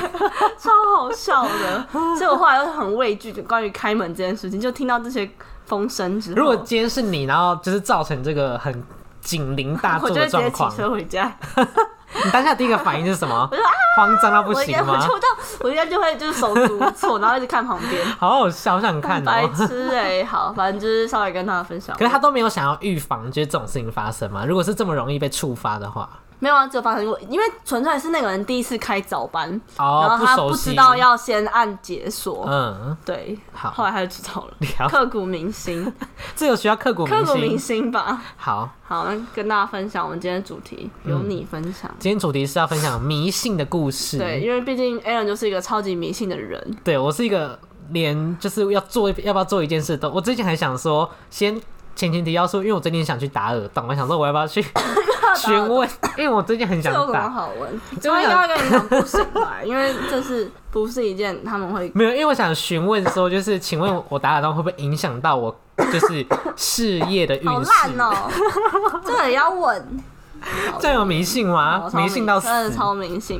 [SPEAKER 1] 超好笑的， 所以我后来就很畏惧关于开门这件事情，就听到这些风声之后，
[SPEAKER 2] 如果今天是你，然后就是造成这个很警铃大
[SPEAKER 1] 我
[SPEAKER 2] 作
[SPEAKER 1] 就会
[SPEAKER 2] 的
[SPEAKER 1] 直接
[SPEAKER 2] 状
[SPEAKER 1] 骑
[SPEAKER 2] 况，
[SPEAKER 1] 车回家，
[SPEAKER 2] 你当下第一个反应是什么
[SPEAKER 1] 我就啊？
[SPEAKER 2] 慌张到不
[SPEAKER 1] 我应该
[SPEAKER 2] 行
[SPEAKER 1] 我
[SPEAKER 2] 吗
[SPEAKER 1] 就？到，我应该就会就是手足无措，然后一直看旁边，
[SPEAKER 2] 好好笑，好想 看
[SPEAKER 1] 白
[SPEAKER 2] 哦。
[SPEAKER 1] 痴哎、好，反正就是稍微跟大家分享。
[SPEAKER 2] 可是他都没有想要预防，就是这种事情发生嘛。如果是这么容易被触发的话，
[SPEAKER 1] 没有啊，只有发生过，因为纯粹是那个人第一次开早班，
[SPEAKER 2] 哦
[SPEAKER 1] 然，后
[SPEAKER 2] 不
[SPEAKER 1] 他
[SPEAKER 2] 熟
[SPEAKER 1] 不
[SPEAKER 2] 悉，
[SPEAKER 1] 知道要先按解锁，
[SPEAKER 2] 嗯，
[SPEAKER 1] 对，
[SPEAKER 2] 好
[SPEAKER 1] 后来他就知道 了。
[SPEAKER 2] 聊
[SPEAKER 1] 刻骨铭 心，
[SPEAKER 2] 这个需要刻骨
[SPEAKER 1] 刻
[SPEAKER 2] 铭
[SPEAKER 1] 骨铭
[SPEAKER 2] 心。
[SPEAKER 1] 心吧。
[SPEAKER 2] 好，
[SPEAKER 1] 好，那跟大家分享我们今天的主题，由
[SPEAKER 2] 嗯
[SPEAKER 1] 你分享。
[SPEAKER 2] 今天主题是要分享迷信的故事。
[SPEAKER 1] 对，因为毕竟 Aaron 就是一个超级迷信的人，
[SPEAKER 2] 对我是一个连就是要做要不要做一件事都，我最近还想说先。前前提要说，因为我最近想去打耳洞，我想说我要不 要去询问，因为我最近很
[SPEAKER 1] 这
[SPEAKER 2] 想
[SPEAKER 1] 有什么
[SPEAKER 2] 打，
[SPEAKER 1] 好 问？
[SPEAKER 2] 真
[SPEAKER 1] 他
[SPEAKER 2] 的
[SPEAKER 1] 应该会跟你讲不行吧？因为这是不是一件他们会
[SPEAKER 2] 没有，因为我想询问说，就是请问我打耳洞会不会影响到我就是事业的运势？
[SPEAKER 1] 好烂 哦、这个也要问？
[SPEAKER 2] 这样有迷信吗
[SPEAKER 1] 好？哦超
[SPEAKER 2] 迷信到死！
[SPEAKER 1] 真的超迷信。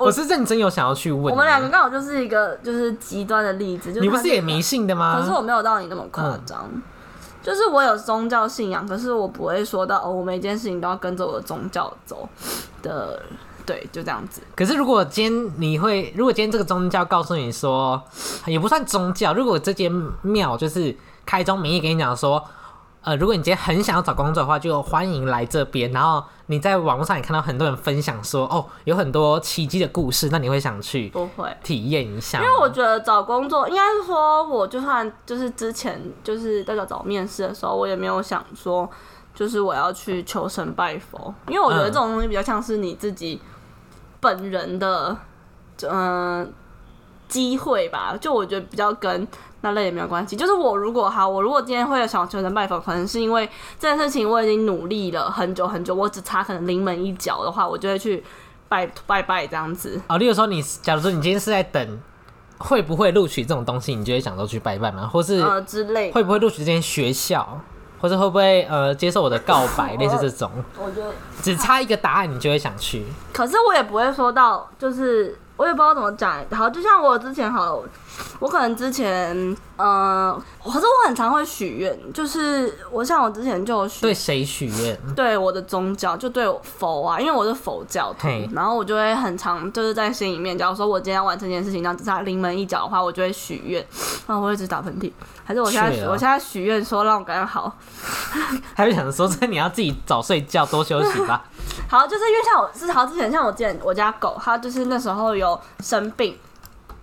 [SPEAKER 2] 我是认真有想要去问。
[SPEAKER 1] 我们两个，刚好就是一个就是极端的例子，就是
[SPEAKER 2] 你不
[SPEAKER 1] 他
[SPEAKER 2] 是也迷信的吗？
[SPEAKER 1] 可是我没有到你那么夸张，就是我有宗教信仰，可是我不会说到哦，我每一件事情都要跟着我的宗教走的，对，就这样子。
[SPEAKER 2] 可是如果今天你会，如果今天这个宗教告诉你说，也不算宗教，如果这间庙就是开宗明义给你讲说，呃，如果你今天很想要找工作的话，就欢迎来这边。然后你在网络上也看到很多人分享说，哦，有很多奇迹的故事，那你会想去
[SPEAKER 1] 不会，
[SPEAKER 2] 体验一下
[SPEAKER 1] 因
[SPEAKER 2] 吗？
[SPEAKER 1] 为我觉得找工作，应该是说，我就算就是之前就是在找找面试的时候，我也没有想说，就是我要去求神拜佛，因为我觉得
[SPEAKER 2] 嗯
[SPEAKER 1] 这种东西比较像是你自己本人的，嗯、机会吧。就我觉得比较跟那类也没有关系。就是我如果好，我如果今天会有想求神拜佛，可能是因为这件事情我已经努力了很久很久，我只差可能临门一脚的话，我就会去拜拜拜这样子。
[SPEAKER 2] 哦，例如说你，假如说你今天是在等会不会录取这种东西，你就会想说去拜拜吗？或是
[SPEAKER 1] 呃之类的，
[SPEAKER 2] 会不会录取这间学校，或者会不会呃接受我的告白，类似这种，
[SPEAKER 1] 我觉得
[SPEAKER 2] 只差一个答案你就会想去。
[SPEAKER 1] 可是我也不会说到，就是我也不知道怎么讲。好，就像我之前好了，我可能之前，嗯、可是我很常会许愿，就是我像我之前就有许
[SPEAKER 2] 对谁许愿？
[SPEAKER 1] 对我的宗教，就对我佛啊，因为我是佛教徒
[SPEAKER 2] 嘿，
[SPEAKER 1] 然后我就会很常就是在心里面，假如说我今天要完成这件事情，然后只差临门一脚的话，我就会许愿。然后我一直打喷嚏，还是我现在
[SPEAKER 2] 是啊
[SPEAKER 1] 我现在许愿说让我感觉好，
[SPEAKER 2] 还会想说，这你要自己早睡觉，多休息 吧。
[SPEAKER 1] 好，就是因为像我是好之前，像我之前我家狗，它就是那时候有生病，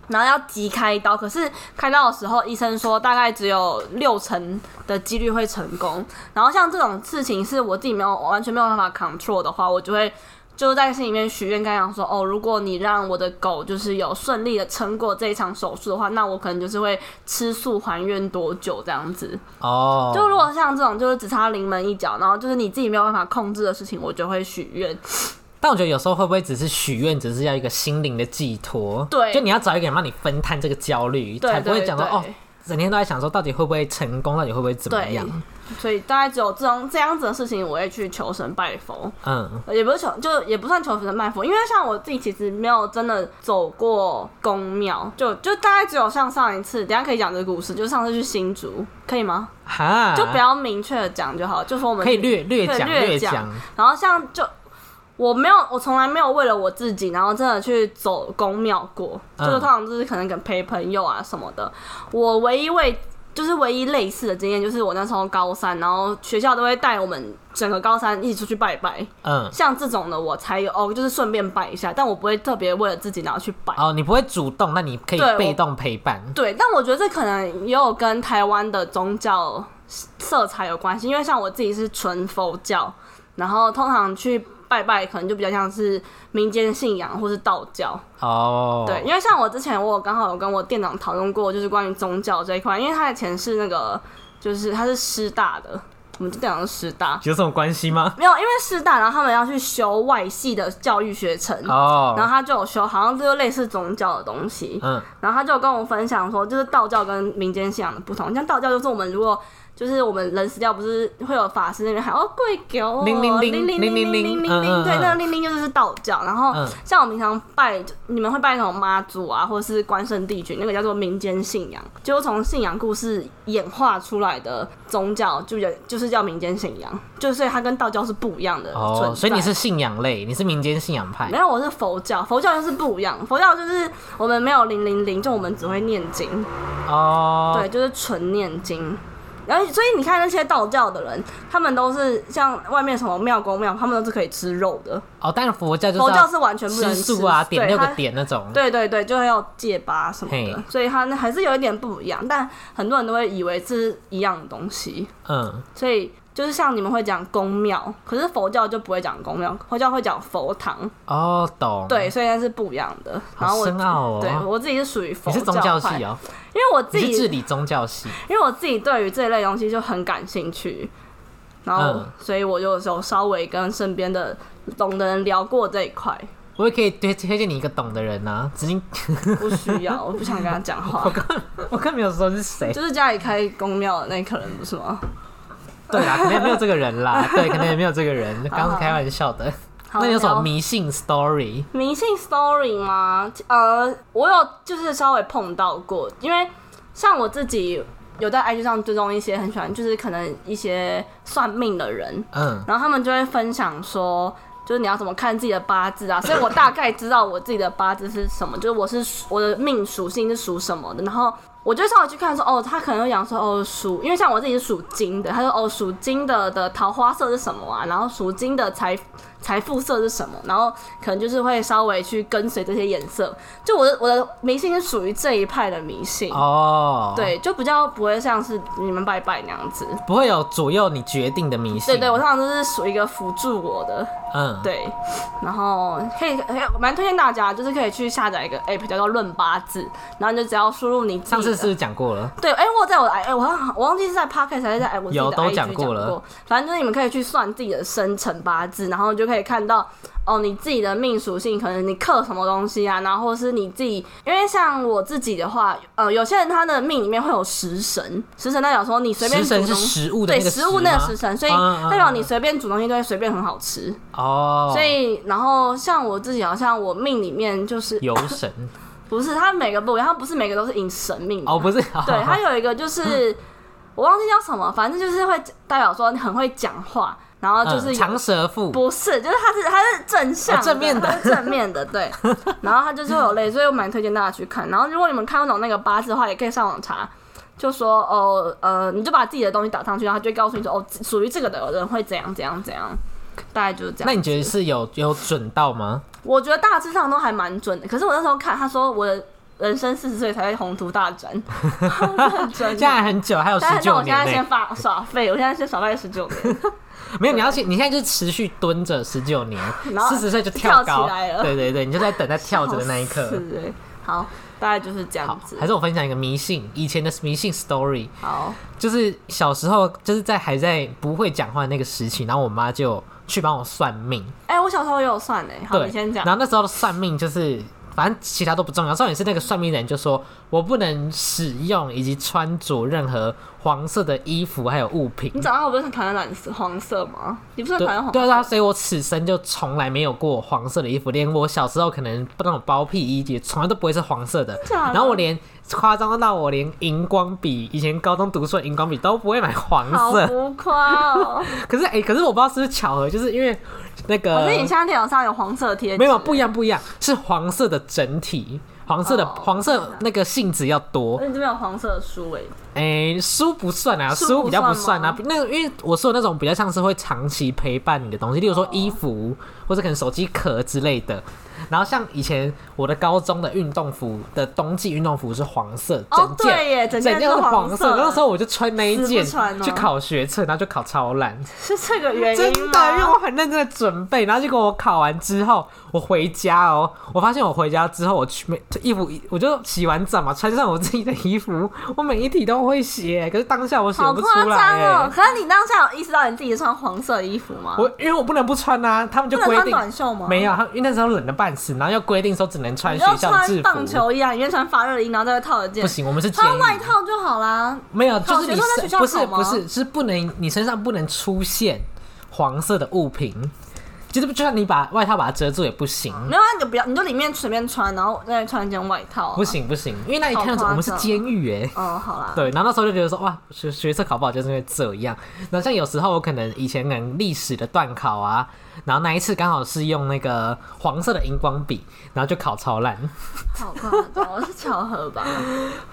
[SPEAKER 1] 然后要急开刀，可是开刀的时候医生说大概只有六成的几率会成功。然后像这种事情是我自己没有完全没有办法 control 的话，我就会。就在心里面许愿，跟他讲说哦，如果你让我的狗就是有顺利的撑过这一场手术的话，那我可能就是会吃素还愿多久这样子。
[SPEAKER 2] 哦，
[SPEAKER 1] 就如果像这种就是只差临门一脚，然后就是你自己没有办法控制的事情，我就会许愿。
[SPEAKER 2] 但我觉得有时候会不会只是许愿，只是要一个心灵的寄托？
[SPEAKER 1] 对
[SPEAKER 2] 就你要找一个人帮你分摊这个焦虑，
[SPEAKER 1] 对
[SPEAKER 2] 才不会
[SPEAKER 1] 对
[SPEAKER 2] 讲说
[SPEAKER 1] 对
[SPEAKER 2] 哦，整天都在想说到底会不会成功，到底会不会怎么
[SPEAKER 1] 对
[SPEAKER 2] 样？
[SPEAKER 1] 所以大概只有这种这样子的事情，我会去求神拜佛，
[SPEAKER 2] 嗯，
[SPEAKER 1] 呃也不是求，就也不算求神拜佛，因为像我自己其实没有真的走过宫庙，就就大概只有像上一次，等一下可以讲这个故事，就上次去新竹，可以吗？
[SPEAKER 2] 哈，
[SPEAKER 1] 就不要明确的讲就好，就说我们
[SPEAKER 2] 啊可以略略
[SPEAKER 1] 对
[SPEAKER 2] 讲
[SPEAKER 1] 略
[SPEAKER 2] 略
[SPEAKER 1] 讲
[SPEAKER 2] 讲，
[SPEAKER 1] 然后像就我没有，我从来没有为了我自己，然后真的去走公庙过，
[SPEAKER 2] 嗯
[SPEAKER 1] 就是通常就是可能跟陪朋友啊什么的。我唯一为就是唯一类似的经验，就是我那时候高三，然后学校都会带我们整个高三一起出去拜拜，
[SPEAKER 2] 嗯。
[SPEAKER 1] 像这种的我才有哦，就是顺便拜一下，但我不会特别为了自己然后去拜。
[SPEAKER 2] 哦，你不会主动，那你可以
[SPEAKER 1] 对我
[SPEAKER 2] 被动陪伴。
[SPEAKER 1] 对，但我觉得这可能也有跟台湾的宗教色彩有关系，因为像我自己是纯佛教，然后通常去拜拜可能就比较像是民间信仰或是道教。
[SPEAKER 2] 哦，
[SPEAKER 1] 对，，因为像我之前我有刚好有跟我店长讨论过，就是关于宗教这一块，因为他以前是那个就是他是师大的。我们就调到师大，
[SPEAKER 2] 有什么关系吗？
[SPEAKER 1] 没有，因为师大，然后他们要去修外系的教育学程，
[SPEAKER 2] 哦，
[SPEAKER 1] 然后他就有修，好像就是类似宗教的东西。
[SPEAKER 2] 嗯，
[SPEAKER 1] 然后他就有跟我分享说，就是道教跟民间信仰的不同。像道教就是我们如果就是我们人死掉，不是会有法师那边喊哦跪给我
[SPEAKER 2] 铃铃铃
[SPEAKER 1] 铃铃铃铃铃铃
[SPEAKER 2] 嗯嗯嗯
[SPEAKER 1] 铃，对，那个铃铃就是道教。然后
[SPEAKER 2] 嗯
[SPEAKER 1] 像我们平常拜，你们会拜那种妈祖啊，或者是关圣帝君，那个叫做民间信仰，就是从信仰故事演化出来的宗教，就也就是叫民间信仰，就是所以它跟道教是不一样的存
[SPEAKER 2] 哦，
[SPEAKER 1] 在。
[SPEAKER 2] 所以你是信仰类，你是民间信仰派
[SPEAKER 1] 没。有，我是佛教，佛教就是不一样。佛教就是我们没有零零零，就我们只会念经，
[SPEAKER 2] 哦，
[SPEAKER 1] 对，就是纯念经。然后，所以你看那些道教的人，他们都是像外面什么庙公庙，他们都是可以吃肉的。
[SPEAKER 2] 哦，但是佛教就是
[SPEAKER 1] 佛教
[SPEAKER 2] 要
[SPEAKER 1] 是完全不能
[SPEAKER 2] 吃
[SPEAKER 1] 吃
[SPEAKER 2] 素啊，点
[SPEAKER 1] 对
[SPEAKER 2] 六个
[SPEAKER 1] 它
[SPEAKER 2] 点那种。
[SPEAKER 1] 对对对，就还有戒疤什么的
[SPEAKER 2] 嘿，
[SPEAKER 1] 所以它那还是有一点不一样。但很多人都会以为这是一样的东西，
[SPEAKER 2] 嗯，
[SPEAKER 1] 所以就是像你们会讲宫庙，可是佛教就不会讲宫庙，佛教会讲佛堂。
[SPEAKER 2] 哦，懂。
[SPEAKER 1] 对，，所以它是不一样的。然后
[SPEAKER 2] 好
[SPEAKER 1] 我嗯
[SPEAKER 2] 深奥
[SPEAKER 1] 对
[SPEAKER 2] 哦。
[SPEAKER 1] 我自己是属于佛
[SPEAKER 2] 你是宗教
[SPEAKER 1] 派，
[SPEAKER 2] 系哦，
[SPEAKER 1] 因为我自
[SPEAKER 2] 你是治
[SPEAKER 1] 己，
[SPEAKER 2] 理宗教系。
[SPEAKER 1] 因为我自己对于这一类东西就很感兴趣，然后、
[SPEAKER 2] 嗯
[SPEAKER 1] 所以我就有时候稍微跟身边的懂的人聊过这一 块，
[SPEAKER 2] 我也可以推推荐你一个懂的人呐、啊，只是
[SPEAKER 1] 不需要，我不想跟他讲话。
[SPEAKER 2] 我更没有说是谁。
[SPEAKER 1] 就是家里开公庙的那个人不是吗？
[SPEAKER 2] 对啦，可能也没有这个 人啦，对，可能也没有这个人，
[SPEAKER 1] 好
[SPEAKER 2] 刚刚是开玩笑的。
[SPEAKER 1] 好
[SPEAKER 2] 那你有什么
[SPEAKER 1] 聊
[SPEAKER 2] 迷信 story？
[SPEAKER 1] 迷信 story 吗？呃，我有就是稍微碰到过，因为像我自己有在 IG 上追踪一些很喜欢，就是可能一些算命的人，
[SPEAKER 2] 嗯，
[SPEAKER 1] 然后他们就会分享说，就是你要怎么看自己的八字啊。所以我大概知道我自己的八字是什么，就是我是属我的命属性是属什么的。然后我就稍微去看说，哦，他可能会讲说，哦，属，因为像我自己是属金的，他说，哦，属金的的桃花色是什么啊？然后属金的财财富色是什么？然后可能就是会稍微去跟随这些颜色。就我的我的迷信是属于这一派的迷信。
[SPEAKER 2] 哦，，
[SPEAKER 1] 对，就比较不会像是你们拜拜那样子。
[SPEAKER 2] 不会有左右你决定的迷信。
[SPEAKER 1] 对对，我通常都是属于一个辅助我的，
[SPEAKER 2] 嗯，
[SPEAKER 1] 对，然后可以，可以我蛮推荐大家，就是可以去下载一个 app 叫做“论八字”，然后你就只要输入你自己
[SPEAKER 2] 上次
[SPEAKER 1] 的
[SPEAKER 2] 是不是讲过了？
[SPEAKER 1] 对，哎、我有在我的 i，、哎，我好像我忘记是在 podcast 还是在哎我自己的
[SPEAKER 2] 有
[SPEAKER 1] IG
[SPEAKER 2] 都
[SPEAKER 1] 讲
[SPEAKER 2] 讲过了
[SPEAKER 1] 反正就是你们可以去算自己的生辰八字，然后你就可以看到哦，你自己的命属性，可能你克什么东西啊，然后或是你自己，因为像我自己的话，呃，有些人他的命里面会有食神，食神代表说你随便
[SPEAKER 2] 食神
[SPEAKER 1] 煮
[SPEAKER 2] 是
[SPEAKER 1] 东西。
[SPEAKER 2] 食物的
[SPEAKER 1] 对
[SPEAKER 2] 那个
[SPEAKER 1] 食物那个
[SPEAKER 2] 吗
[SPEAKER 1] 食神，所以
[SPEAKER 2] 嗯嗯
[SPEAKER 1] 代表
[SPEAKER 2] 嗯
[SPEAKER 1] 你随便煮东西都会随便很好吃。
[SPEAKER 2] 哦，
[SPEAKER 1] 所以，然后像我自己，好像我命里面就是
[SPEAKER 2] 游神
[SPEAKER 1] 不是它每个不一样，它不是每个都是引神命的
[SPEAKER 2] 哦，不是，
[SPEAKER 1] 对，它有一个就是我忘记叫什么，反正就是会代表说你很会讲话，然后啊就是
[SPEAKER 2] 嗯
[SPEAKER 1] 有
[SPEAKER 2] 长舌妇，
[SPEAKER 1] 不是，就是它是它是正向
[SPEAKER 2] 哦正面的
[SPEAKER 1] 它是正面的， 对。然后它就是会有类，所以我蛮推荐大家去看。然后如果你们看不懂那个八字的话，也可以上网查。就说哦呃，你就把自己的东西打上去，然后它就会告诉你说哦，属于这个的人会怎样怎样怎样，大概就是这样。
[SPEAKER 2] 那你觉得是有有准到吗？
[SPEAKER 1] 我觉得大致上都还蛮准的，可是我那时候看他说我的人生四十岁才会宏图大 展， 很准啊
[SPEAKER 2] 现。在很久，还有十
[SPEAKER 1] 但是那
[SPEAKER 2] 九
[SPEAKER 1] 我现
[SPEAKER 2] 年
[SPEAKER 1] 在
[SPEAKER 2] 呢
[SPEAKER 1] 先。发耍废，我现在先耍废十九年，
[SPEAKER 2] 没有，你要去，你现在就是持续蹲着十九年
[SPEAKER 1] 然，后
[SPEAKER 2] 四十岁就
[SPEAKER 1] 跳起
[SPEAKER 2] 高
[SPEAKER 1] 来了，
[SPEAKER 2] 对对对，你就在等在跳着的那一刻。
[SPEAKER 1] 是哎，好，大概 就是这样子
[SPEAKER 2] 还。是我分享一个迷信，以前的迷信 story，
[SPEAKER 1] 好，
[SPEAKER 2] 就是小时候就是在还在不会讲话的那个时期，然后我妈就去帮我算命，
[SPEAKER 1] 哎，我小时候也有算哎，好，
[SPEAKER 2] 对，
[SPEAKER 1] 你先讲
[SPEAKER 2] 然。后那时候的算命就是。反正其他都不重要，重点是那个算命人就说我不能使用以及穿着任何黄色的衣服还有物品。
[SPEAKER 1] 你早上我不是很讨厌蓝色黄色吗？你不是很
[SPEAKER 2] 对
[SPEAKER 1] 讨厌黄
[SPEAKER 2] 对
[SPEAKER 1] 色？
[SPEAKER 2] 啊对啊，所以我此生就从来没有过黄色的衣服，连我小时候可能那种包屁衣也从来都不会是黄色的。
[SPEAKER 1] 假的
[SPEAKER 2] 然后我连夸张到我连荧光笔，以前高中读书的荧光笔都不会买黄
[SPEAKER 1] 好
[SPEAKER 2] 色。
[SPEAKER 1] 浮夸 哦！
[SPEAKER 2] 可是哎、可是我不知道是不是巧合，就是因为那个
[SPEAKER 1] 可是你现在脸上有黄色贴纸，
[SPEAKER 2] 呃没有不一样不一样，是黄色的整体。黄色的、
[SPEAKER 1] 哦
[SPEAKER 2] 黄色那个性质要多，
[SPEAKER 1] 而且这边有黄色的书哎，
[SPEAKER 2] 哎、书不算啊，
[SPEAKER 1] 书
[SPEAKER 2] 书
[SPEAKER 1] 不
[SPEAKER 2] 比较不
[SPEAKER 1] 算
[SPEAKER 2] 算
[SPEAKER 1] 吗
[SPEAKER 2] 啊。那因为我说的那种比较像是会长期陪伴你的东西，例
[SPEAKER 1] 哦
[SPEAKER 2] 如说衣服、或者可能手机壳之类的。然后像以前我的高中的运动服的冬季运动服是黄色，
[SPEAKER 1] 哦
[SPEAKER 2] 整件、
[SPEAKER 1] 对耶整
[SPEAKER 2] 整
[SPEAKER 1] 件
[SPEAKER 2] 件
[SPEAKER 1] 是
[SPEAKER 2] 都
[SPEAKER 1] 黄
[SPEAKER 2] 黄
[SPEAKER 1] 色
[SPEAKER 2] 那时候我就穿那一
[SPEAKER 1] 死不
[SPEAKER 2] 件
[SPEAKER 1] 穿哦
[SPEAKER 2] 去考学测，然后就考超烂，
[SPEAKER 1] 是这个原
[SPEAKER 2] 真的，
[SPEAKER 1] 因
[SPEAKER 2] 因
[SPEAKER 1] 吗？
[SPEAKER 2] 为我很认真的准备，然后结果我考完之后，我回家哦，我发现我回家之后，我去每衣服我就洗完澡嘛，穿上我自己的衣服，我每一题都我会写，可是当下我写
[SPEAKER 1] 好
[SPEAKER 2] 不
[SPEAKER 1] 夸
[SPEAKER 2] 出
[SPEAKER 1] 张
[SPEAKER 2] 来、
[SPEAKER 1] 哦！
[SPEAKER 2] 欸。
[SPEAKER 1] 可是你当下有意识到你自己穿黄色衣服吗？
[SPEAKER 2] 我因为我不能不穿啊，他们就
[SPEAKER 1] 不能
[SPEAKER 2] 规
[SPEAKER 1] 穿
[SPEAKER 2] 定
[SPEAKER 1] 短袖吗？
[SPEAKER 2] 没有，他因为那时候冷的半死，然后又规定说只能穿
[SPEAKER 1] 你
[SPEAKER 2] 学
[SPEAKER 1] 就
[SPEAKER 2] 校制
[SPEAKER 1] 穿棒
[SPEAKER 2] 服，
[SPEAKER 1] 球衣啊，你就穿发热衣，然后再套一件
[SPEAKER 2] 不，行，我们是建
[SPEAKER 1] 穿外
[SPEAKER 2] 议
[SPEAKER 1] 套就好啦。
[SPEAKER 2] 没有，就是
[SPEAKER 1] 学
[SPEAKER 2] 你
[SPEAKER 1] 生在学
[SPEAKER 2] 身
[SPEAKER 1] 校
[SPEAKER 2] 不是
[SPEAKER 1] 跑吗
[SPEAKER 2] 不是是不能你身上不能出现黄色的物品，就是就算你把外套把它遮住也不行，
[SPEAKER 1] 没有啊，你就不要，你就里面随便穿，然后再穿一件外套、啊。
[SPEAKER 2] 不，行不行，因为那一看就知道我们是监狱哎、
[SPEAKER 1] 哦，好啦，
[SPEAKER 2] 对，然后那时候就觉得说，哇，学学测考不好就是因为这样。然后像有时候我可能以前可能历史的段考啊，然后那一次刚好是用那个黄色的荧光笔，然后就考超烂，
[SPEAKER 1] 好夸张，是巧合 吧？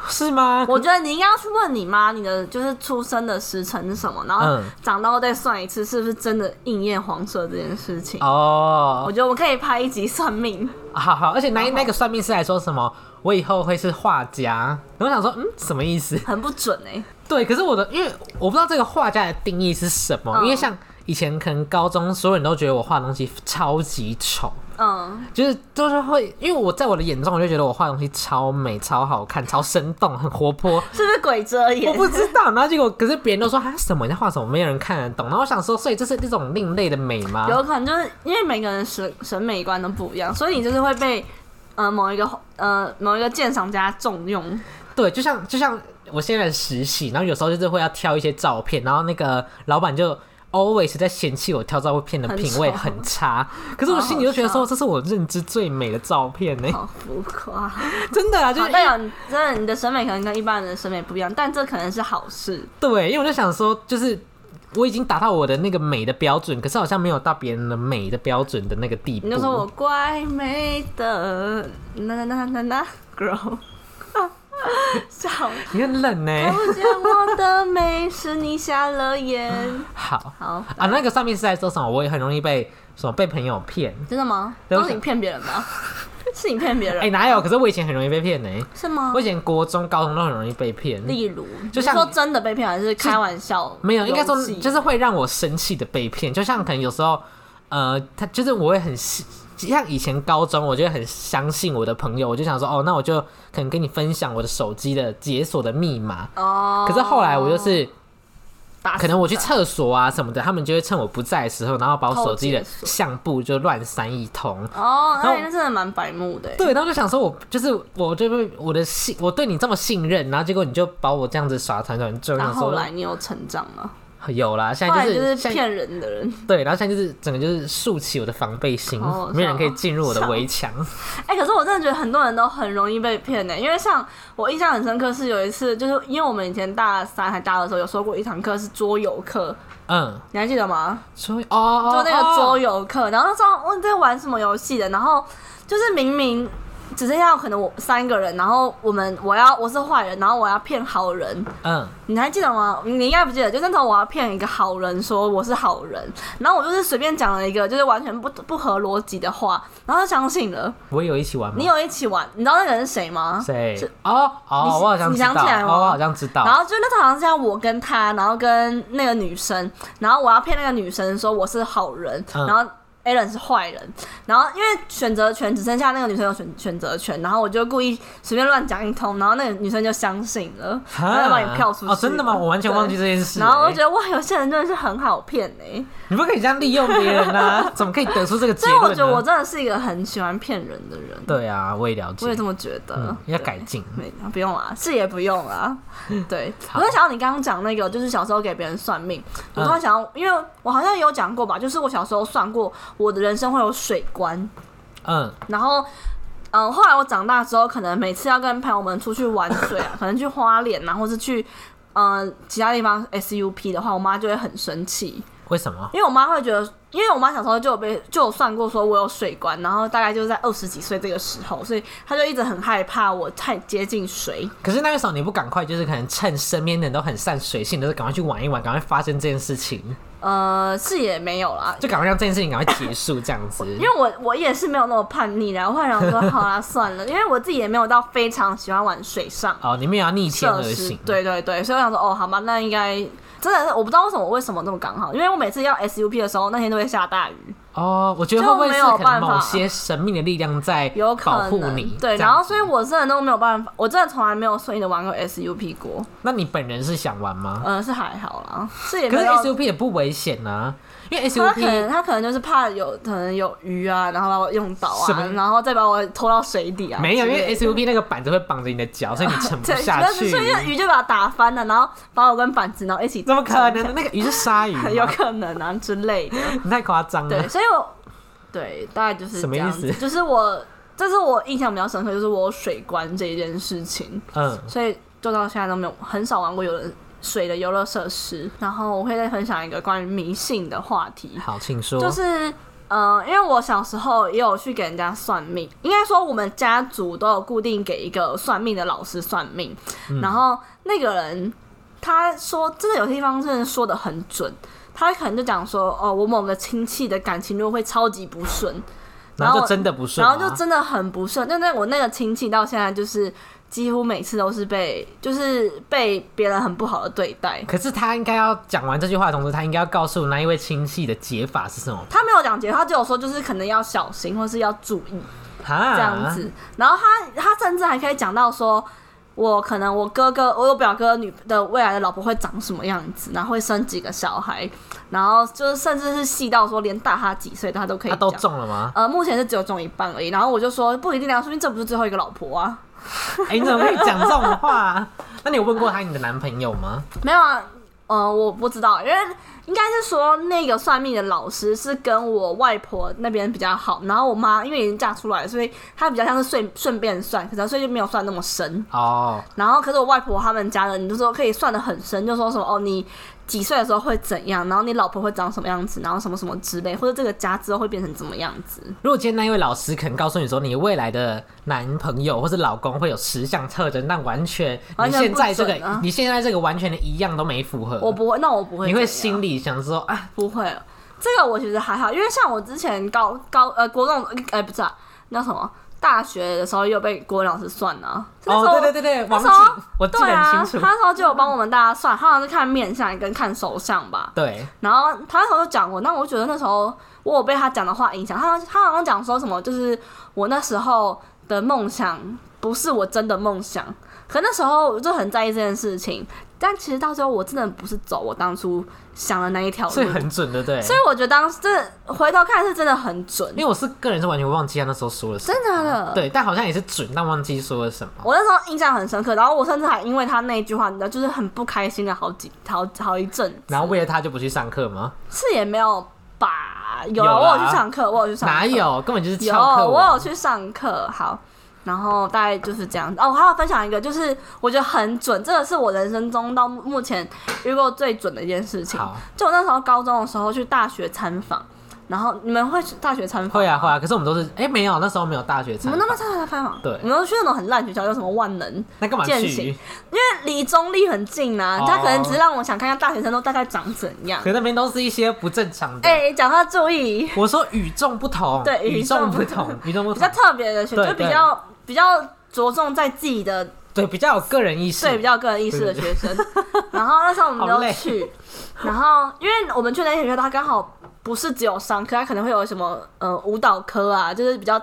[SPEAKER 2] 是吗？
[SPEAKER 1] 我觉得你应该要去问你妈，你的就是出生的时辰是什么，然后
[SPEAKER 2] 嗯
[SPEAKER 1] 长大后再算一次，是不是真的应验黄色这件事情？我
[SPEAKER 2] 哦，
[SPEAKER 1] 觉得我们可以拍一集算命，
[SPEAKER 2] 好好，而且那
[SPEAKER 1] 然后
[SPEAKER 2] 那个算命师还说什么，我以后会是画家。然后我想说，嗯，什么意思？
[SPEAKER 1] 很不准哎、
[SPEAKER 2] 对，可是我的，因为我不知道这个画家的定义是什么，
[SPEAKER 1] 嗯
[SPEAKER 2] 因为像以前可能高中所有人都觉得我画的东西超级丑，
[SPEAKER 1] 嗯，
[SPEAKER 2] 就是就是会，因为我在我的眼中，我就觉得我画的东西超美、超 好看、超生动、很活泼。
[SPEAKER 1] 是不是鬼遮眼？
[SPEAKER 2] 我不知道，然后结果可是别人都说他什么你在画什么，没有人看得懂。然后我想说，所以这是一种另类的美吗？
[SPEAKER 1] 有可能就是因为每个人审审美观都不一样，所以你就是会被呃某一个呃某一个鉴赏家重用。
[SPEAKER 2] 对，就像就像我现在的实习，然后有时候就是会要挑一些照片，然后那个老板就 always 在嫌弃我挑照片的品味
[SPEAKER 1] 很丑
[SPEAKER 2] 很差，可是我心里就觉得说，这是我认知最美的照片呢、
[SPEAKER 1] 好浮夸，
[SPEAKER 2] 真的啊，就
[SPEAKER 1] 好
[SPEAKER 2] 是
[SPEAKER 1] 代表你真的你的审美可能跟一般人的审美不一样，但这可能是好事。
[SPEAKER 2] 对，因为我就想说，就是我已经达到我的那个美的标准，可是好像没有到别人的美的标准的那个地步。
[SPEAKER 1] 你就说我乖美的，那那那那那 girl，笑，
[SPEAKER 2] 你很冷呢、
[SPEAKER 1] 看不见我的美是你瞎了眼。
[SPEAKER 2] 好
[SPEAKER 1] 好，
[SPEAKER 2] 啊，那个上面是在说什么？我也很容易被什么被朋友骗。
[SPEAKER 1] 真的吗？
[SPEAKER 2] 对
[SPEAKER 1] 都
[SPEAKER 2] 我
[SPEAKER 1] 是你
[SPEAKER 2] 想
[SPEAKER 1] 骗别人吧？是你骗别人？
[SPEAKER 2] 哎、哪有？可是我以前很容易被骗呢、
[SPEAKER 1] 是吗
[SPEAKER 2] 我？以前国中、高中都很容易被骗。
[SPEAKER 1] 例如，
[SPEAKER 2] 嗯就
[SPEAKER 1] 你
[SPEAKER 2] 像
[SPEAKER 1] 说
[SPEAKER 2] 你
[SPEAKER 1] 真的被骗还是开玩笑？
[SPEAKER 2] 没有，应该说
[SPEAKER 1] 游戏
[SPEAKER 2] 就是会让我生气的被骗，就像可能有时候，呃，他就是我会很信像以前高中，我就会很相信我的朋友，我就想说，哦，那我就可能跟你分享我的手机的解锁的密码。
[SPEAKER 1] 哦。
[SPEAKER 2] 可是后来我就是
[SPEAKER 1] 打死
[SPEAKER 2] 可能我去
[SPEAKER 1] 他
[SPEAKER 2] 厕所啊什么的，他们就会趁我不在的时候，然后把我手机的
[SPEAKER 1] 偷解锁
[SPEAKER 2] 相簿就乱删一通。
[SPEAKER 1] 哦，
[SPEAKER 2] 然
[SPEAKER 1] 那
[SPEAKER 2] 后
[SPEAKER 1] 你那真的蛮白目的欸。
[SPEAKER 2] 对，然后就想说我，就是我就被我的信，我对你这么信任，然后结果你就把我这样子耍团团转，就
[SPEAKER 1] 那
[SPEAKER 2] 想
[SPEAKER 1] 后
[SPEAKER 2] 说
[SPEAKER 1] 来你有成长吗？
[SPEAKER 2] 有啦，现
[SPEAKER 1] 后
[SPEAKER 2] 在
[SPEAKER 1] 来
[SPEAKER 2] 就
[SPEAKER 1] 就是是
[SPEAKER 2] 现在
[SPEAKER 1] 骗人的人。
[SPEAKER 2] 对，然后现在就是整个就是竖起我的防备心，
[SPEAKER 1] 哦
[SPEAKER 2] 没有人
[SPEAKER 1] 是
[SPEAKER 2] 可以
[SPEAKER 1] 哦
[SPEAKER 2] 进入我的
[SPEAKER 1] 是哦
[SPEAKER 2] 围墙。
[SPEAKER 1] 哎、可是我真的觉得很多人都很容易被骗呢、因为像我印象很深刻是有一次，就是因为我们以前大三还大二的时候有说过一堂课是桌游课，
[SPEAKER 2] 嗯，
[SPEAKER 1] 你还记得吗？
[SPEAKER 2] 所以哦哦，
[SPEAKER 1] 就那个桌
[SPEAKER 2] 游，
[SPEAKER 1] 游课，然后那时候问在玩什么游戏的，然后就是明明只剩下可能我三个人，然后我们我要我是坏人，然后我要骗好人，
[SPEAKER 2] 嗯，
[SPEAKER 1] 你还记得吗？你应该不记得，就那时候我要骗一个好人说我是好人，然后我就是随便讲了一个就是完全不不合逻辑的话，然后他相信了。
[SPEAKER 2] 我也有一起玩吗？
[SPEAKER 1] 你有一起玩，你知道那个人是谁吗？
[SPEAKER 2] 谁
[SPEAKER 1] 是？
[SPEAKER 2] 哦
[SPEAKER 1] 你
[SPEAKER 2] 哦，
[SPEAKER 1] 是
[SPEAKER 2] 我好像
[SPEAKER 1] 你
[SPEAKER 2] 知
[SPEAKER 1] 想
[SPEAKER 2] 道，
[SPEAKER 1] 起来
[SPEAKER 2] 哦，
[SPEAKER 1] 吗
[SPEAKER 2] 我好像知道。
[SPEAKER 1] 然后就那次好像是像我跟他，然后跟那个女生，然后我要骗那个女生说我是好人，
[SPEAKER 2] 嗯
[SPEAKER 1] 然后 a l a n 是坏人，然后因为选择权只剩下那个女生有选选择权，然后我就故意随便乱讲一通，然后那个女生就相信了，然后就把你票出去。
[SPEAKER 2] 哦，真的吗？我完全忘记这
[SPEAKER 1] 件
[SPEAKER 2] 件事欸。
[SPEAKER 1] 然后我就觉得哇，有些人真的是很好骗哎、
[SPEAKER 2] 你不可以这样利用别人 啊！怎么可以得出这个结
[SPEAKER 1] 所以
[SPEAKER 2] 论呢？
[SPEAKER 1] 我觉得我真的是一个很喜欢骗人的人，
[SPEAKER 2] 对啊，我也了解
[SPEAKER 1] 我也，这么觉得。
[SPEAKER 2] 嗯，要
[SPEAKER 1] 对
[SPEAKER 2] 改进。
[SPEAKER 1] 没，啊不用啦，是也不用啦。对，我在想到你刚刚讲那个，就是小时候给别人算命，我突然想到，因为我好像也有讲过吧，就是我小时候算过我的人生会有水关，
[SPEAKER 2] 嗯，
[SPEAKER 1] 然后。嗯，后来我长大之后，可能每次要跟朋友们出去玩水啊，可能去花莲啊，或是去嗯其他地方 SUP 的话，我妈就会很生气，
[SPEAKER 2] 为什么？
[SPEAKER 1] 因为我妈会觉得，因为我妈小时候就有被就有算过，说我有水关，然后大概就是在二十几岁这个时候，所以她就一直很害怕我太接近水，
[SPEAKER 2] 可是那个时候你不赶快，就是可能趁身边的人都很善水性，就是赶快去玩一玩，赶快发生这件事情，
[SPEAKER 1] 呃，是也没有啦，
[SPEAKER 2] 就赶快让这件事情赶快结束，这样子。
[SPEAKER 1] 因为我我也是没有那么叛逆啦，然后想说好啦算了，因为我自己也没有到非常喜欢玩水上
[SPEAKER 2] 哦，你们也要逆天
[SPEAKER 1] 设
[SPEAKER 2] 而
[SPEAKER 1] 施
[SPEAKER 2] 行，，
[SPEAKER 1] 对对对，所以我想说哦好吧，那应该真的是我不知道为什么我为什么这么刚好，因为我每次要 SUP 的时候那天都会下大雨，
[SPEAKER 2] 哦，我觉得会不会
[SPEAKER 1] 就是没有
[SPEAKER 2] 可能
[SPEAKER 1] 办法
[SPEAKER 2] 某些神秘的力量在
[SPEAKER 1] 有可
[SPEAKER 2] 保护
[SPEAKER 1] 能
[SPEAKER 2] 你？
[SPEAKER 1] 对，
[SPEAKER 2] 这
[SPEAKER 1] 然
[SPEAKER 2] 样
[SPEAKER 1] 后
[SPEAKER 2] 子
[SPEAKER 1] 所以我真的都没有办法，我真的从来没有顺利的玩过 SUP 过，
[SPEAKER 2] 那你本人是想玩吗？
[SPEAKER 1] 嗯、是还好啦，是也
[SPEAKER 2] 可
[SPEAKER 1] 没
[SPEAKER 2] 是
[SPEAKER 1] 有
[SPEAKER 2] SUP 也不危险啊，因为
[SPEAKER 1] 他可能
[SPEAKER 2] SUP
[SPEAKER 1] 他可能就是怕有可能有鱼啊，然后把我用倒
[SPEAKER 2] 什
[SPEAKER 1] 啊
[SPEAKER 2] 么，
[SPEAKER 1] 然后再把我拖到水底啊之类
[SPEAKER 2] 没
[SPEAKER 1] 的。
[SPEAKER 2] 有，因为 SUP 那个板子会绑着你的 脚，所以你沉不
[SPEAKER 1] 对，
[SPEAKER 2] 下
[SPEAKER 1] 但
[SPEAKER 2] 去
[SPEAKER 1] 是。所以那鱼就把它打翻了，然后把我跟板子然后一起
[SPEAKER 2] 怎么可 能？那个鱼是鲨鱼吗，
[SPEAKER 1] 有可能啊之 类的。
[SPEAKER 2] 你太夸张
[SPEAKER 1] 对，
[SPEAKER 2] 了。
[SPEAKER 1] 所以我对大概就是
[SPEAKER 2] 什么
[SPEAKER 1] 这
[SPEAKER 2] 意
[SPEAKER 1] 样子，
[SPEAKER 2] 思
[SPEAKER 1] 就是我这是我印象比较深刻，就是我有水关这一件事情，
[SPEAKER 2] 嗯，
[SPEAKER 1] 所以就到现在都没有很少玩过游乐水的游乐设施。然后我会再分享一个关于迷信的话题。
[SPEAKER 2] 好，请说。
[SPEAKER 1] 就是呃，因为我小时候也有去给人家算命，应该说我们家族都有固定给一个算命的老师算命，
[SPEAKER 2] 嗯
[SPEAKER 1] 然后那个人他说真的有些地方真的说的很准，他可能就讲说哦，我某个亲戚的感情路会超级不顺，
[SPEAKER 2] 然
[SPEAKER 1] 然
[SPEAKER 2] 后
[SPEAKER 1] 后
[SPEAKER 2] 就真的不顺啊
[SPEAKER 1] 然
[SPEAKER 2] 吗，
[SPEAKER 1] 后就真的很不顺。但是我那个亲戚到现在就是。几乎每次都是被，就是被别人很不好的对待。
[SPEAKER 2] 可是他应该要讲完这句话的同时，他应该要告诉那一位亲戚的解法是什么
[SPEAKER 1] 他没有讲解，他只有说就是可能要小心，或是要注意。
[SPEAKER 2] 啊？
[SPEAKER 1] 这样子。然后他他甚至还可以讲到说，我可能我哥哥我有表哥女的未来的老婆会长什么样子，然后会生几个小孩，然后就是甚至是细到说连大他几岁他都可以
[SPEAKER 2] 他
[SPEAKER 1] 讲。
[SPEAKER 2] 都中了吗？
[SPEAKER 1] 呃，目前是只有中一半而已。然后我就说不一定啊，说不定这不是最后一个老婆啊。
[SPEAKER 2] 哎、你怎么可以讲这种话、 那你有问过他你的男朋友吗？
[SPEAKER 1] 没有啊，呃，我不知道，因为应该是说那个算命的老师是跟我外婆那边比较好，然后我妈因为已经嫁出来了，所以她比较像是顺顺便算，可能所以就没有算那么深。
[SPEAKER 2] 哦，
[SPEAKER 1] 然后可是我外婆他们家人，你就说可以算得很深，就说什么哦，你几岁的时候会怎样，然后你老婆会长什么样子，然后什么什么之类，或者这个家之后会变成怎么样子。
[SPEAKER 2] 如果今天那一位老师肯告诉你说你未来的男朋友或是老公会有十项特征，但完全
[SPEAKER 1] 完
[SPEAKER 2] 你
[SPEAKER 1] 全
[SPEAKER 2] 现
[SPEAKER 1] 不
[SPEAKER 2] 在这个、
[SPEAKER 1] 准啊
[SPEAKER 2] 你现在这个完全的一样都没符合，
[SPEAKER 1] 我不会，那我不会这样，
[SPEAKER 2] 你会心里想说啊，
[SPEAKER 1] 不会这个我其实还好，因为像我之前高高呃国中呃不是啊，那什么大学的时候又被国文老师算啊，那时
[SPEAKER 2] 哦，
[SPEAKER 1] 候
[SPEAKER 2] 对对对对，
[SPEAKER 1] 那
[SPEAKER 2] 王
[SPEAKER 1] 时
[SPEAKER 2] 景
[SPEAKER 1] 候，
[SPEAKER 2] 我记
[SPEAKER 1] 对
[SPEAKER 2] 得
[SPEAKER 1] 啊
[SPEAKER 2] 很，清楚，
[SPEAKER 1] 他那时候就有帮我们大家算，他好像是看面相跟看手相吧，
[SPEAKER 2] 对，
[SPEAKER 1] 然后他那时候就讲过，那我觉得那时候我有被他讲的话影响，他他好像讲说什么，就是我那时候的梦想不是我真的梦想，可那时候我就很在意这件事情，但其实到最后我真的不是走我当初想的那一条路，
[SPEAKER 2] 所
[SPEAKER 1] 所以
[SPEAKER 2] 以很准，对不对？
[SPEAKER 1] 我觉得当时真的回头看是真的很准
[SPEAKER 2] 因，为我是个人是完全忘记他那时候说了什么，
[SPEAKER 1] 真的假的。
[SPEAKER 2] 对，但好像也是准，但忘记说了什么。
[SPEAKER 1] 呃我那时候印象很深刻，然后我甚至还因为他那一句话，你知道，就是很不开心了好几好好一阵子，
[SPEAKER 2] 然后为了他就不去上课吗？
[SPEAKER 1] 是也没有吧？有啊，
[SPEAKER 2] 有啦
[SPEAKER 1] 我有去上课，我有去上课，
[SPEAKER 2] 哪有，根本就是
[SPEAKER 1] 有，
[SPEAKER 2] 翘课
[SPEAKER 1] 我
[SPEAKER 2] 王。
[SPEAKER 1] 有去上课，好，然后大概就是这样子。哦，我还要分享一个，就是我觉得很准，这个是我人生中到目前遇过最准的一件事情。
[SPEAKER 2] 好，
[SPEAKER 1] 就我那时候高中的时候去大学参访，然后你们会去大学参访？
[SPEAKER 2] 会啊会啊，可是我们都是哎、没有，那时候没有大学
[SPEAKER 1] 你
[SPEAKER 2] 参
[SPEAKER 1] 们
[SPEAKER 2] 访，
[SPEAKER 1] 那么参加参访？
[SPEAKER 2] 对
[SPEAKER 1] 你们都去那种很烂学校，有什么万能？
[SPEAKER 2] 那干嘛
[SPEAKER 1] 践
[SPEAKER 2] 去
[SPEAKER 1] 行？因为离中立很近啊，
[SPEAKER 2] 哦
[SPEAKER 1] 他可能只是让我想看看大学生都大概长怎样
[SPEAKER 2] 可。是那边都是一些不正常的。
[SPEAKER 1] 哎、讲话注意，
[SPEAKER 2] 我说与众不同，
[SPEAKER 1] 对
[SPEAKER 2] 与
[SPEAKER 1] 与众
[SPEAKER 2] 众不
[SPEAKER 1] 不
[SPEAKER 2] 同， 与众不
[SPEAKER 1] 比较
[SPEAKER 2] 同，
[SPEAKER 1] 特别的学，
[SPEAKER 2] 对
[SPEAKER 1] 就比
[SPEAKER 2] 对
[SPEAKER 1] 较比较着重在自己的
[SPEAKER 2] 对，比较有个人意识，
[SPEAKER 1] 对比较有个人意识的学生。 然后那时候我们
[SPEAKER 2] 好
[SPEAKER 1] 都
[SPEAKER 2] 累
[SPEAKER 1] 去，然后因为我们去那些学校，它刚好不是只有商科，它可能会有什么呃舞蹈科啊，就是比较。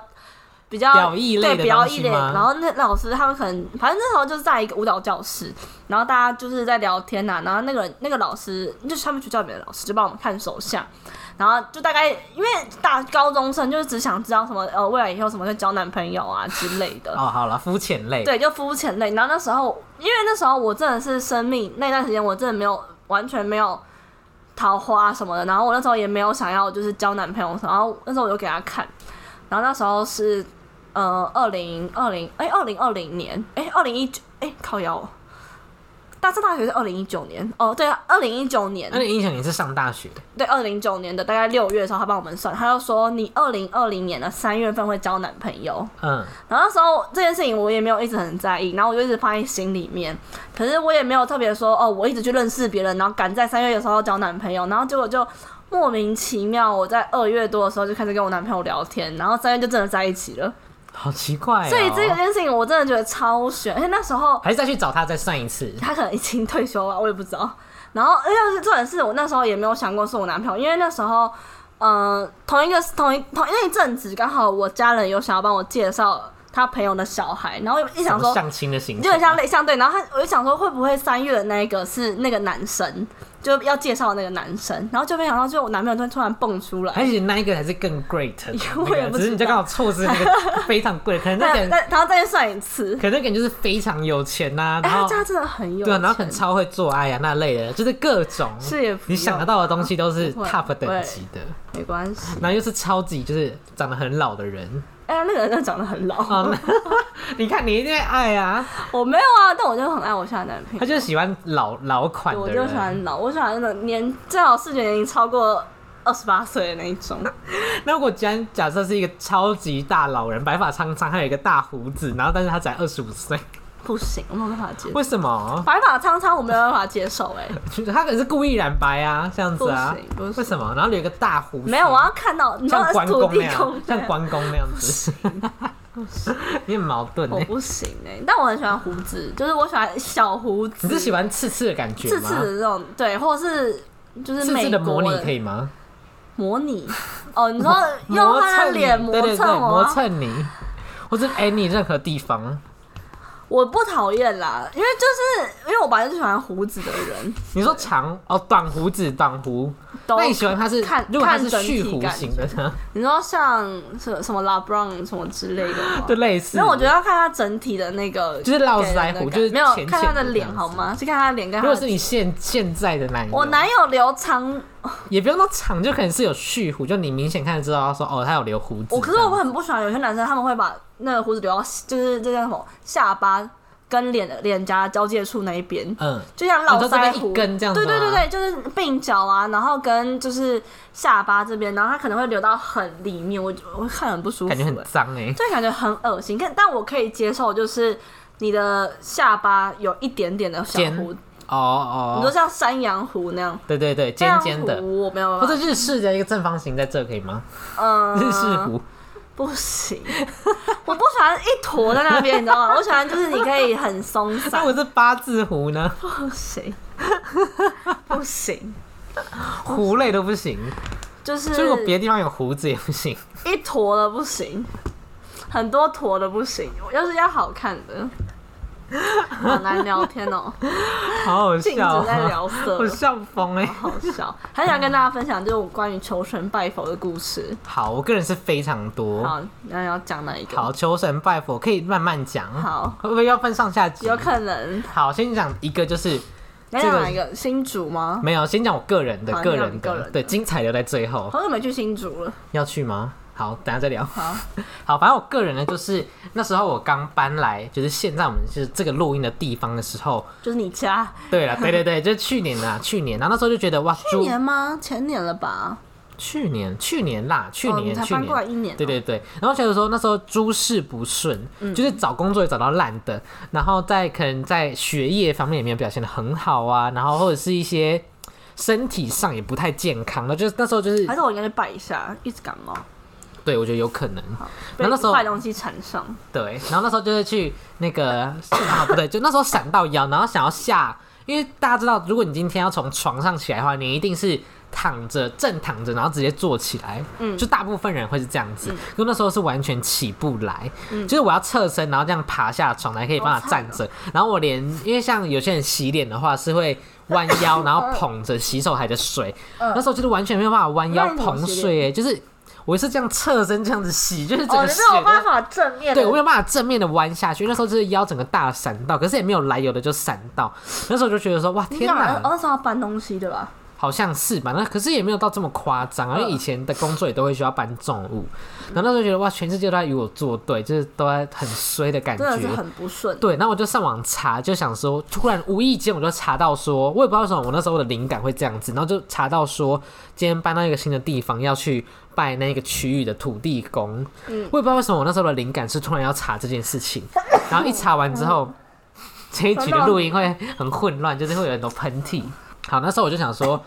[SPEAKER 1] 比较
[SPEAKER 2] 表意类的
[SPEAKER 1] 对表
[SPEAKER 2] 东
[SPEAKER 1] 意
[SPEAKER 2] 西
[SPEAKER 1] 类，
[SPEAKER 2] 吗
[SPEAKER 1] 然后那老师他们可能，反正那时候就是在一个舞蹈教室，然后大家就是在聊天呐、啊然后那个人那个老师就是他们学校里面的老师就帮我们看手相，然后就大概因为大高中生就是只想知道什么呃未来以后什么会交男朋友啊之类的，
[SPEAKER 2] 哦，好了，肤浅类，
[SPEAKER 1] 对，就肤浅类。然后那时候，因为那时候我真的是生命那段时间，我真的没有完全没有桃花什么的。然后我那时候也没有想要就是交男朋友什么。然后那时候我就给他看，然后那时候是呃二零二零哎二零二零年哎二零一九哎靠腰哦，大这大学是二零一九年哦对啊二零一九年
[SPEAKER 2] 那你印象你是上大学，
[SPEAKER 1] 对，二零零九年的大概六月的时候，他帮我们算，他就说你二零二零年的三月份会交男朋友。
[SPEAKER 2] 嗯，
[SPEAKER 1] 然后那时候这件事情我也没有一直很在意，然后我就一直放在心里面。可是我也没有特别说哦，我一直去认识别人，然后赶在三月的时候交男朋友，然后结果就莫名其妙，我在二月多的时候就开始跟我男朋友聊天，然后三月就真的在一起了。
[SPEAKER 2] 好奇怪、哦，
[SPEAKER 1] 所以这个件事情我真的觉得超悬，而且那时候
[SPEAKER 2] 还是再去找他再算一次，
[SPEAKER 1] 他可能已经退哎休了，我也不知道。然后，而且是重点是我那时候也没有想过是我男朋友，因为那时候呃，同一个同一同那一阵子，刚好我家人有想要帮我介绍他朋友的小孩，然后一想说，
[SPEAKER 2] 相亲的形式，
[SPEAKER 1] 就很像类像对，然后他我就想说会不会三月的那一个是那个男生，就要介绍的那个男生，然后就没想到就我男朋友突然突然蹦出来，
[SPEAKER 2] 而且那一个才是更 great，的 那
[SPEAKER 1] 我也
[SPEAKER 2] 个
[SPEAKER 1] 不
[SPEAKER 2] 只是你
[SPEAKER 1] 知
[SPEAKER 2] 就
[SPEAKER 1] 道
[SPEAKER 2] 刚好错失那 个非常贵，可能那个
[SPEAKER 1] 再
[SPEAKER 2] 人，可
[SPEAKER 1] 哎再然后再算一次，
[SPEAKER 2] 能那个人就是非常有钱呐、
[SPEAKER 1] 哎、
[SPEAKER 2] 然
[SPEAKER 1] 他
[SPEAKER 2] 后
[SPEAKER 1] 家真的很有
[SPEAKER 2] 对啊，
[SPEAKER 1] 钱，
[SPEAKER 2] 然后很超会做爱啊那类的，就是各种
[SPEAKER 1] 是也不
[SPEAKER 2] 你想得到的东西都是
[SPEAKER 1] 不会
[SPEAKER 2] top
[SPEAKER 1] 不会
[SPEAKER 2] 等级的，
[SPEAKER 1] 没关系，
[SPEAKER 2] 然后又是超级就是长得很老的人，
[SPEAKER 1] 哎、那个人真的长得很老，
[SPEAKER 2] 哦，那 你看你一定会爱啊，
[SPEAKER 1] 我没有啊，但我就很爱我现在的男朋
[SPEAKER 2] 他
[SPEAKER 1] 友。
[SPEAKER 2] 就是喜欢老老款
[SPEAKER 1] 对我
[SPEAKER 2] 的
[SPEAKER 1] 就喜欢
[SPEAKER 2] 人。
[SPEAKER 1] 老，我喜欢那种年最好视觉年龄超过二十八岁的那一种。
[SPEAKER 2] 那如果既然假设是一个超级大老人，白发苍苍，还有一个大胡子，然后但是他才二十 五岁，
[SPEAKER 1] 不行，我没有办法接受。
[SPEAKER 2] 为什么？
[SPEAKER 1] 白发苍苍，我没有办法接受、哎，
[SPEAKER 2] 他可能是故意染白啊，这样子啊
[SPEAKER 1] 不行不，行
[SPEAKER 2] 为什么？然后留一个大胡子，
[SPEAKER 1] 没有，我要看到你知道
[SPEAKER 2] 像关
[SPEAKER 1] 土
[SPEAKER 2] 公那
[SPEAKER 1] 地公
[SPEAKER 2] 样，
[SPEAKER 1] 对
[SPEAKER 2] 像关公那样 子，你很矛盾
[SPEAKER 1] 我
[SPEAKER 2] 哎。
[SPEAKER 1] 不行哎、但我很喜欢胡子，就是我喜欢小胡子，
[SPEAKER 2] 你是喜欢刺刺的感觉
[SPEAKER 1] 刺
[SPEAKER 2] 吗？
[SPEAKER 1] 刺的这种，对，或者是就是
[SPEAKER 2] 刺
[SPEAKER 1] 美国
[SPEAKER 2] 刺的模拟可以吗？
[SPEAKER 1] 模拟哦， 你说用
[SPEAKER 2] 磨
[SPEAKER 1] 他的
[SPEAKER 2] 蹭
[SPEAKER 1] 脸
[SPEAKER 2] 你
[SPEAKER 1] 磨
[SPEAKER 2] 对对对，
[SPEAKER 1] 蹭我
[SPEAKER 2] 磨
[SPEAKER 1] 吗，
[SPEAKER 2] 蹭你，或者哎你任何地方，
[SPEAKER 1] 我不讨厌啦，因为就是因为我本来就喜欢胡子的人，
[SPEAKER 2] 你说长哦短胡子短胡，
[SPEAKER 1] 都
[SPEAKER 2] 那你喜欢他是
[SPEAKER 1] 看
[SPEAKER 2] 如果他
[SPEAKER 1] 看
[SPEAKER 2] 是
[SPEAKER 1] 整
[SPEAKER 2] 蓄
[SPEAKER 1] 体
[SPEAKER 2] 胡
[SPEAKER 1] 感
[SPEAKER 2] 型的呢？
[SPEAKER 1] 你说像什什么 LeBron 什么之类的吗
[SPEAKER 2] 就？类似。
[SPEAKER 1] 没哦有，我觉得要看他整体的那个，
[SPEAKER 2] 就是络腮胡
[SPEAKER 1] 给人的感
[SPEAKER 2] 就是
[SPEAKER 1] 没有
[SPEAKER 2] 浅
[SPEAKER 1] 看他
[SPEAKER 2] 浅的
[SPEAKER 1] 的
[SPEAKER 2] 这
[SPEAKER 1] 脸
[SPEAKER 2] 样
[SPEAKER 1] 好吗？是看他的脸跟
[SPEAKER 2] 如
[SPEAKER 1] 他
[SPEAKER 2] 果是
[SPEAKER 1] 的。
[SPEAKER 2] 你现现在的男友，
[SPEAKER 1] 我男友留长，
[SPEAKER 2] 也不用说长，就可能是有蓄胡，就你明显看得知道他说哦他有留胡子。
[SPEAKER 1] 我可是我很不喜欢有些男生他们会把那个胡子留到就是这叫什么下巴跟脸的脸颊交界处那一边，
[SPEAKER 2] 嗯，
[SPEAKER 1] 就像
[SPEAKER 2] 你
[SPEAKER 1] 络
[SPEAKER 2] 说这边
[SPEAKER 1] 腮
[SPEAKER 2] 一
[SPEAKER 1] 胡
[SPEAKER 2] 根这样子
[SPEAKER 1] 对对对
[SPEAKER 2] 吗
[SPEAKER 1] 对，就是鬓角啊，然后跟就是下巴这边，然后他可能会留到很里面，我我会看很不舒服、
[SPEAKER 2] 感觉很
[SPEAKER 1] 欸
[SPEAKER 2] 脏哎、
[SPEAKER 1] 就感觉很恶心。但但我可以接受，就是你的下巴有一点点的小
[SPEAKER 2] 尖
[SPEAKER 1] 胡，
[SPEAKER 2] 哦
[SPEAKER 1] 你说
[SPEAKER 2] 哦，
[SPEAKER 1] 像山羊胡那样。
[SPEAKER 2] 对对对，尖
[SPEAKER 1] 山
[SPEAKER 2] 尖
[SPEAKER 1] 羊
[SPEAKER 2] 的，
[SPEAKER 1] 胡我没有
[SPEAKER 2] 或
[SPEAKER 1] 办
[SPEAKER 2] 者
[SPEAKER 1] 法，
[SPEAKER 2] 日式的一个正方形在这可以吗？
[SPEAKER 1] 嗯，
[SPEAKER 2] 日式 胡，
[SPEAKER 1] 不行， 我不喜欢一坨在那边，你知道吗？我喜欢就是你可以很松
[SPEAKER 2] 那
[SPEAKER 1] 散，
[SPEAKER 2] 我是八字胡呢，
[SPEAKER 1] 不行， 不行，
[SPEAKER 2] 胡类都不 行，
[SPEAKER 1] 就是
[SPEAKER 2] 就如果别的地方有胡子也不行。
[SPEAKER 1] 一坨的不行，很多坨的不行，我要是要好看 的，好难聊天哦，
[SPEAKER 2] 好好
[SPEAKER 1] 镜
[SPEAKER 2] 笑、
[SPEAKER 1] 子在
[SPEAKER 2] 啊，
[SPEAKER 1] 聊色
[SPEAKER 2] 我，笑疯哎、
[SPEAKER 1] 好好笑，很想跟大家分享这种关于求神拜佛的故事。
[SPEAKER 2] 好，我个人是非常多。
[SPEAKER 1] 好，那要讲哪一个？
[SPEAKER 2] 哦好，求神拜佛可以慢慢讲。
[SPEAKER 1] 好
[SPEAKER 2] 会不会要分上下集？
[SPEAKER 1] 有可能，
[SPEAKER 2] 好，先讲一个，就是
[SPEAKER 1] 你要
[SPEAKER 2] 这
[SPEAKER 1] 讲
[SPEAKER 2] 个
[SPEAKER 1] 哪一个？新竹吗？
[SPEAKER 2] 没有，先讲我个人的，
[SPEAKER 1] 好
[SPEAKER 2] 个
[SPEAKER 1] 你讲
[SPEAKER 2] 人
[SPEAKER 1] 你个人
[SPEAKER 2] 的，
[SPEAKER 1] 的
[SPEAKER 2] 对，精彩留在最后。
[SPEAKER 1] 好久没去新竹了。
[SPEAKER 2] 要去吗？好，等下再聊。
[SPEAKER 1] 好，
[SPEAKER 2] 好，反正我个人呢，就是那时候我刚搬来，就是现在我们是这个录音的地方的时候。
[SPEAKER 1] 就是你家。
[SPEAKER 2] 对了，对对对，就是去年啦，去年，然后那时候就觉得哇，
[SPEAKER 1] 去
[SPEAKER 2] 租
[SPEAKER 1] 年吗？前年了吧？
[SPEAKER 2] 去年去年啦，去
[SPEAKER 1] 哦，你
[SPEAKER 2] 年、
[SPEAKER 1] 才
[SPEAKER 2] 去
[SPEAKER 1] 搬
[SPEAKER 2] 年
[SPEAKER 1] 过来一年哦。
[SPEAKER 2] 对对对，然后觉得说那时候诸事不顺，就是找工作也找到烂的，然后在可能在学业方面也没有表现的很好啊，然后或者是一些身体上也不太健康，那就是那时候就是
[SPEAKER 1] 还是我应该去拜一下，一直感冒，
[SPEAKER 2] 对我觉得有可能，
[SPEAKER 1] 被
[SPEAKER 2] 那那时候
[SPEAKER 1] 坏东西缠上。
[SPEAKER 2] 对，然后那时候就是去那个啊，不对，就那时候闪到腰，然后想要下，因为大家知道，如果你今天要从床上起来的话，你一定是躺着正躺着，然后直接坐起来，嗯，就大部分人会是这样
[SPEAKER 1] 嗯
[SPEAKER 2] 子，因为那时候是完全起不来，就是我要侧身，然后这样爬下床才可以办法站
[SPEAKER 1] 哦
[SPEAKER 2] 着，然后我连因为像有些人洗脸的话是会。弯 腰，然后捧着洗手台的水，那时候就是完全没有办法弯腰
[SPEAKER 1] 嗯那你怎么
[SPEAKER 2] 捧
[SPEAKER 1] 洗
[SPEAKER 2] 水、欸，就是我是这样侧身这样子洗，就是整
[SPEAKER 1] 哦，
[SPEAKER 2] 个
[SPEAKER 1] 你
[SPEAKER 2] 血
[SPEAKER 1] 没有
[SPEAKER 2] 都
[SPEAKER 1] 办法正面的。
[SPEAKER 2] 对我没有办法正面的弯下去，那时候就是腰整个大闪到，可是也没有来由的就闪到，那时候就觉得说哇
[SPEAKER 1] 你
[SPEAKER 2] 天
[SPEAKER 1] 哪哦，
[SPEAKER 2] 哪，
[SPEAKER 1] 那时候要搬东西对吧？
[SPEAKER 2] 好像是吧？那可是也没有到这么夸张，
[SPEAKER 1] 呃
[SPEAKER 2] 因为以前的工作也都会需要搬重物，然后那时候觉得哇全世界都在与我作对，就是都在很衰的感
[SPEAKER 1] 真的是
[SPEAKER 2] 觉。
[SPEAKER 1] 很不顺。
[SPEAKER 2] 对，那我就上网查，就想说，突然无意间我就查到说，我也不知道为什么我那时候的灵感会这样子，然后就查到说，今天搬到一个新的地方要去拜那个区域的土地公，
[SPEAKER 1] 嗯
[SPEAKER 2] 我也不知道为什么我那时候的灵感是突然要查这件事情，然后一查完之后，这一局的录音会很混乱，就是会有很多喷嚏。好，那时候我就想说，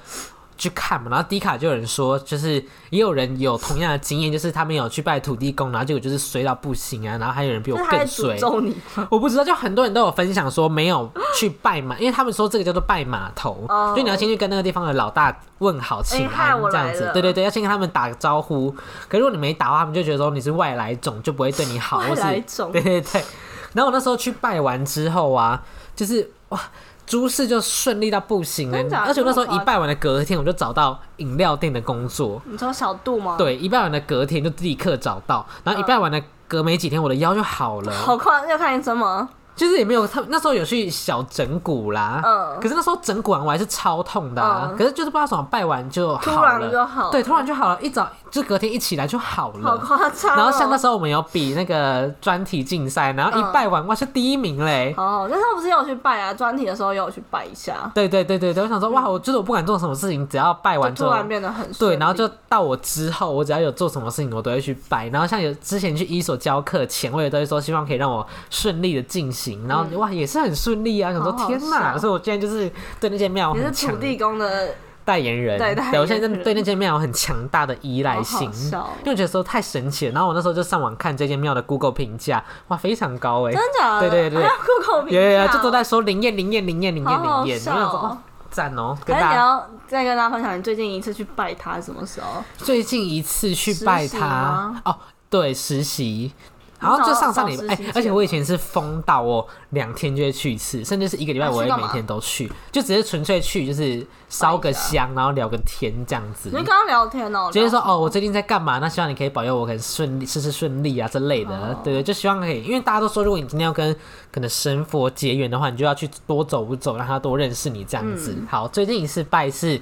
[SPEAKER 2] 去看嘛，然后迪卡就有人说，就是也有人有同样的经验，就是他们有去拜土地公，然后结果就是衰到不行啊，然后还有人比我
[SPEAKER 1] 那他在
[SPEAKER 2] 更
[SPEAKER 1] 诅
[SPEAKER 2] 衰。
[SPEAKER 1] 咒你
[SPEAKER 2] 我不知道，就很多人都有分享说没有去拜码，因为他们说这个叫做拜码头
[SPEAKER 1] 哦
[SPEAKER 2] 就你要先去跟那个地方的老大问好请
[SPEAKER 1] 哎害
[SPEAKER 2] 安
[SPEAKER 1] 我
[SPEAKER 2] 这样
[SPEAKER 1] 来
[SPEAKER 2] 子
[SPEAKER 1] 了，
[SPEAKER 2] 对对对，要先跟他们打个招呼。可如果你没打的话，他们就觉得说你是外来种，就不会对你好，
[SPEAKER 1] 外
[SPEAKER 2] 或是
[SPEAKER 1] 来种
[SPEAKER 2] 对对对。然后我那时候去拜完之后啊，就是哇。诸事就顺利到不行了
[SPEAKER 1] 真，假的
[SPEAKER 2] 而且我那时候
[SPEAKER 1] 这么夸
[SPEAKER 2] 一
[SPEAKER 1] 张
[SPEAKER 2] 拜完的隔天，我就找到饮料店的工作，
[SPEAKER 1] 你说小度吗？，
[SPEAKER 2] 对，一拜完的隔天就立刻找到，然后一拜完的隔没几天，我的腰就好了，
[SPEAKER 1] 好快要看医生吗？
[SPEAKER 2] 就是也没有，他那时候有去小整骨啦，
[SPEAKER 1] 嗯
[SPEAKER 2] 可是那时候整骨完我还是超痛的、啊，
[SPEAKER 1] 嗯
[SPEAKER 2] 可是就是不知道怎么拜完就好
[SPEAKER 1] 突然
[SPEAKER 2] 了
[SPEAKER 1] 就好
[SPEAKER 2] 对，突然就好了，一早就隔天一起来就好了，
[SPEAKER 1] 好夸张、哦。
[SPEAKER 2] 然后像那时候我们有比那个专题竞赛，然后一拜完哇是第一名嘞，
[SPEAKER 1] 哦，但是他不是也有去拜啊，专题的时候也有去拜一下，
[SPEAKER 2] 对对对对对，我想说哇，我就是我不管做什么事情，只要拜完之
[SPEAKER 1] 突
[SPEAKER 2] 后。
[SPEAKER 1] 然变得很顺
[SPEAKER 2] 对，
[SPEAKER 1] 利
[SPEAKER 2] 然后就到我之后，我只要有做什么事情，我都会去拜。然后像有之前去一所教课前，我也都会说希望可以让我顺利的进行。然后、哇，也是很顺利啊，想说
[SPEAKER 1] 嗯好好
[SPEAKER 2] 天哪！
[SPEAKER 1] 笑
[SPEAKER 2] 所以我现在就是对那间庙
[SPEAKER 1] 你
[SPEAKER 2] 很
[SPEAKER 1] 是土
[SPEAKER 2] 强
[SPEAKER 1] 地公的，
[SPEAKER 2] 代言人，
[SPEAKER 1] 对代言人
[SPEAKER 2] 我现在对那间庙有很强大的依赖性，
[SPEAKER 1] 好好笑哦
[SPEAKER 2] 因为我觉得说太神奇了。然后我那时候就上网看这间庙的 Google 评价，哇，非常高哎、
[SPEAKER 1] 真的假的？
[SPEAKER 2] 对对对
[SPEAKER 1] 还有 Google 评
[SPEAKER 2] 有
[SPEAKER 1] 价
[SPEAKER 2] 有有，
[SPEAKER 1] 哦
[SPEAKER 2] 就都在说灵验灵验灵验灵验
[SPEAKER 1] 好
[SPEAKER 2] 灵
[SPEAKER 1] 好
[SPEAKER 2] 验，
[SPEAKER 1] 笑
[SPEAKER 2] 然后我想
[SPEAKER 1] 哦
[SPEAKER 2] 说哦赞哦，跟
[SPEAKER 1] 可是
[SPEAKER 2] 大
[SPEAKER 1] 你
[SPEAKER 2] 家
[SPEAKER 1] 要再跟大家分享，你最近一次去拜他是什么时候？
[SPEAKER 2] 最近一次去拜
[SPEAKER 1] 实习
[SPEAKER 2] 他
[SPEAKER 1] 吗
[SPEAKER 2] 哦，对，实习。然后就上上礼拜，
[SPEAKER 1] 找找
[SPEAKER 2] 哎、
[SPEAKER 1] 实习
[SPEAKER 2] 而且
[SPEAKER 1] 见
[SPEAKER 2] 我以前是疯到我两天就会去一次，甚至是一个礼拜
[SPEAKER 1] 啊
[SPEAKER 2] 我
[SPEAKER 1] 去
[SPEAKER 2] 会
[SPEAKER 1] 干
[SPEAKER 2] 每
[SPEAKER 1] 嘛
[SPEAKER 2] 天都去，就只是纯粹去，就是烧个
[SPEAKER 1] 拜一下
[SPEAKER 2] 香，然后聊个天这样子。
[SPEAKER 1] 你跟他聊天哦，
[SPEAKER 2] 就是说
[SPEAKER 1] 聊
[SPEAKER 2] 哦，我最近在干嘛？那希望你可以保佑我，可能顺利、事事顺利啊之类的。
[SPEAKER 1] 哦
[SPEAKER 2] 对对，就希望可以，因为大家都说，如果你今天要跟可能神佛结缘的话，你就要去多走走，让他多认识你这样子。好，最近一次拜是，因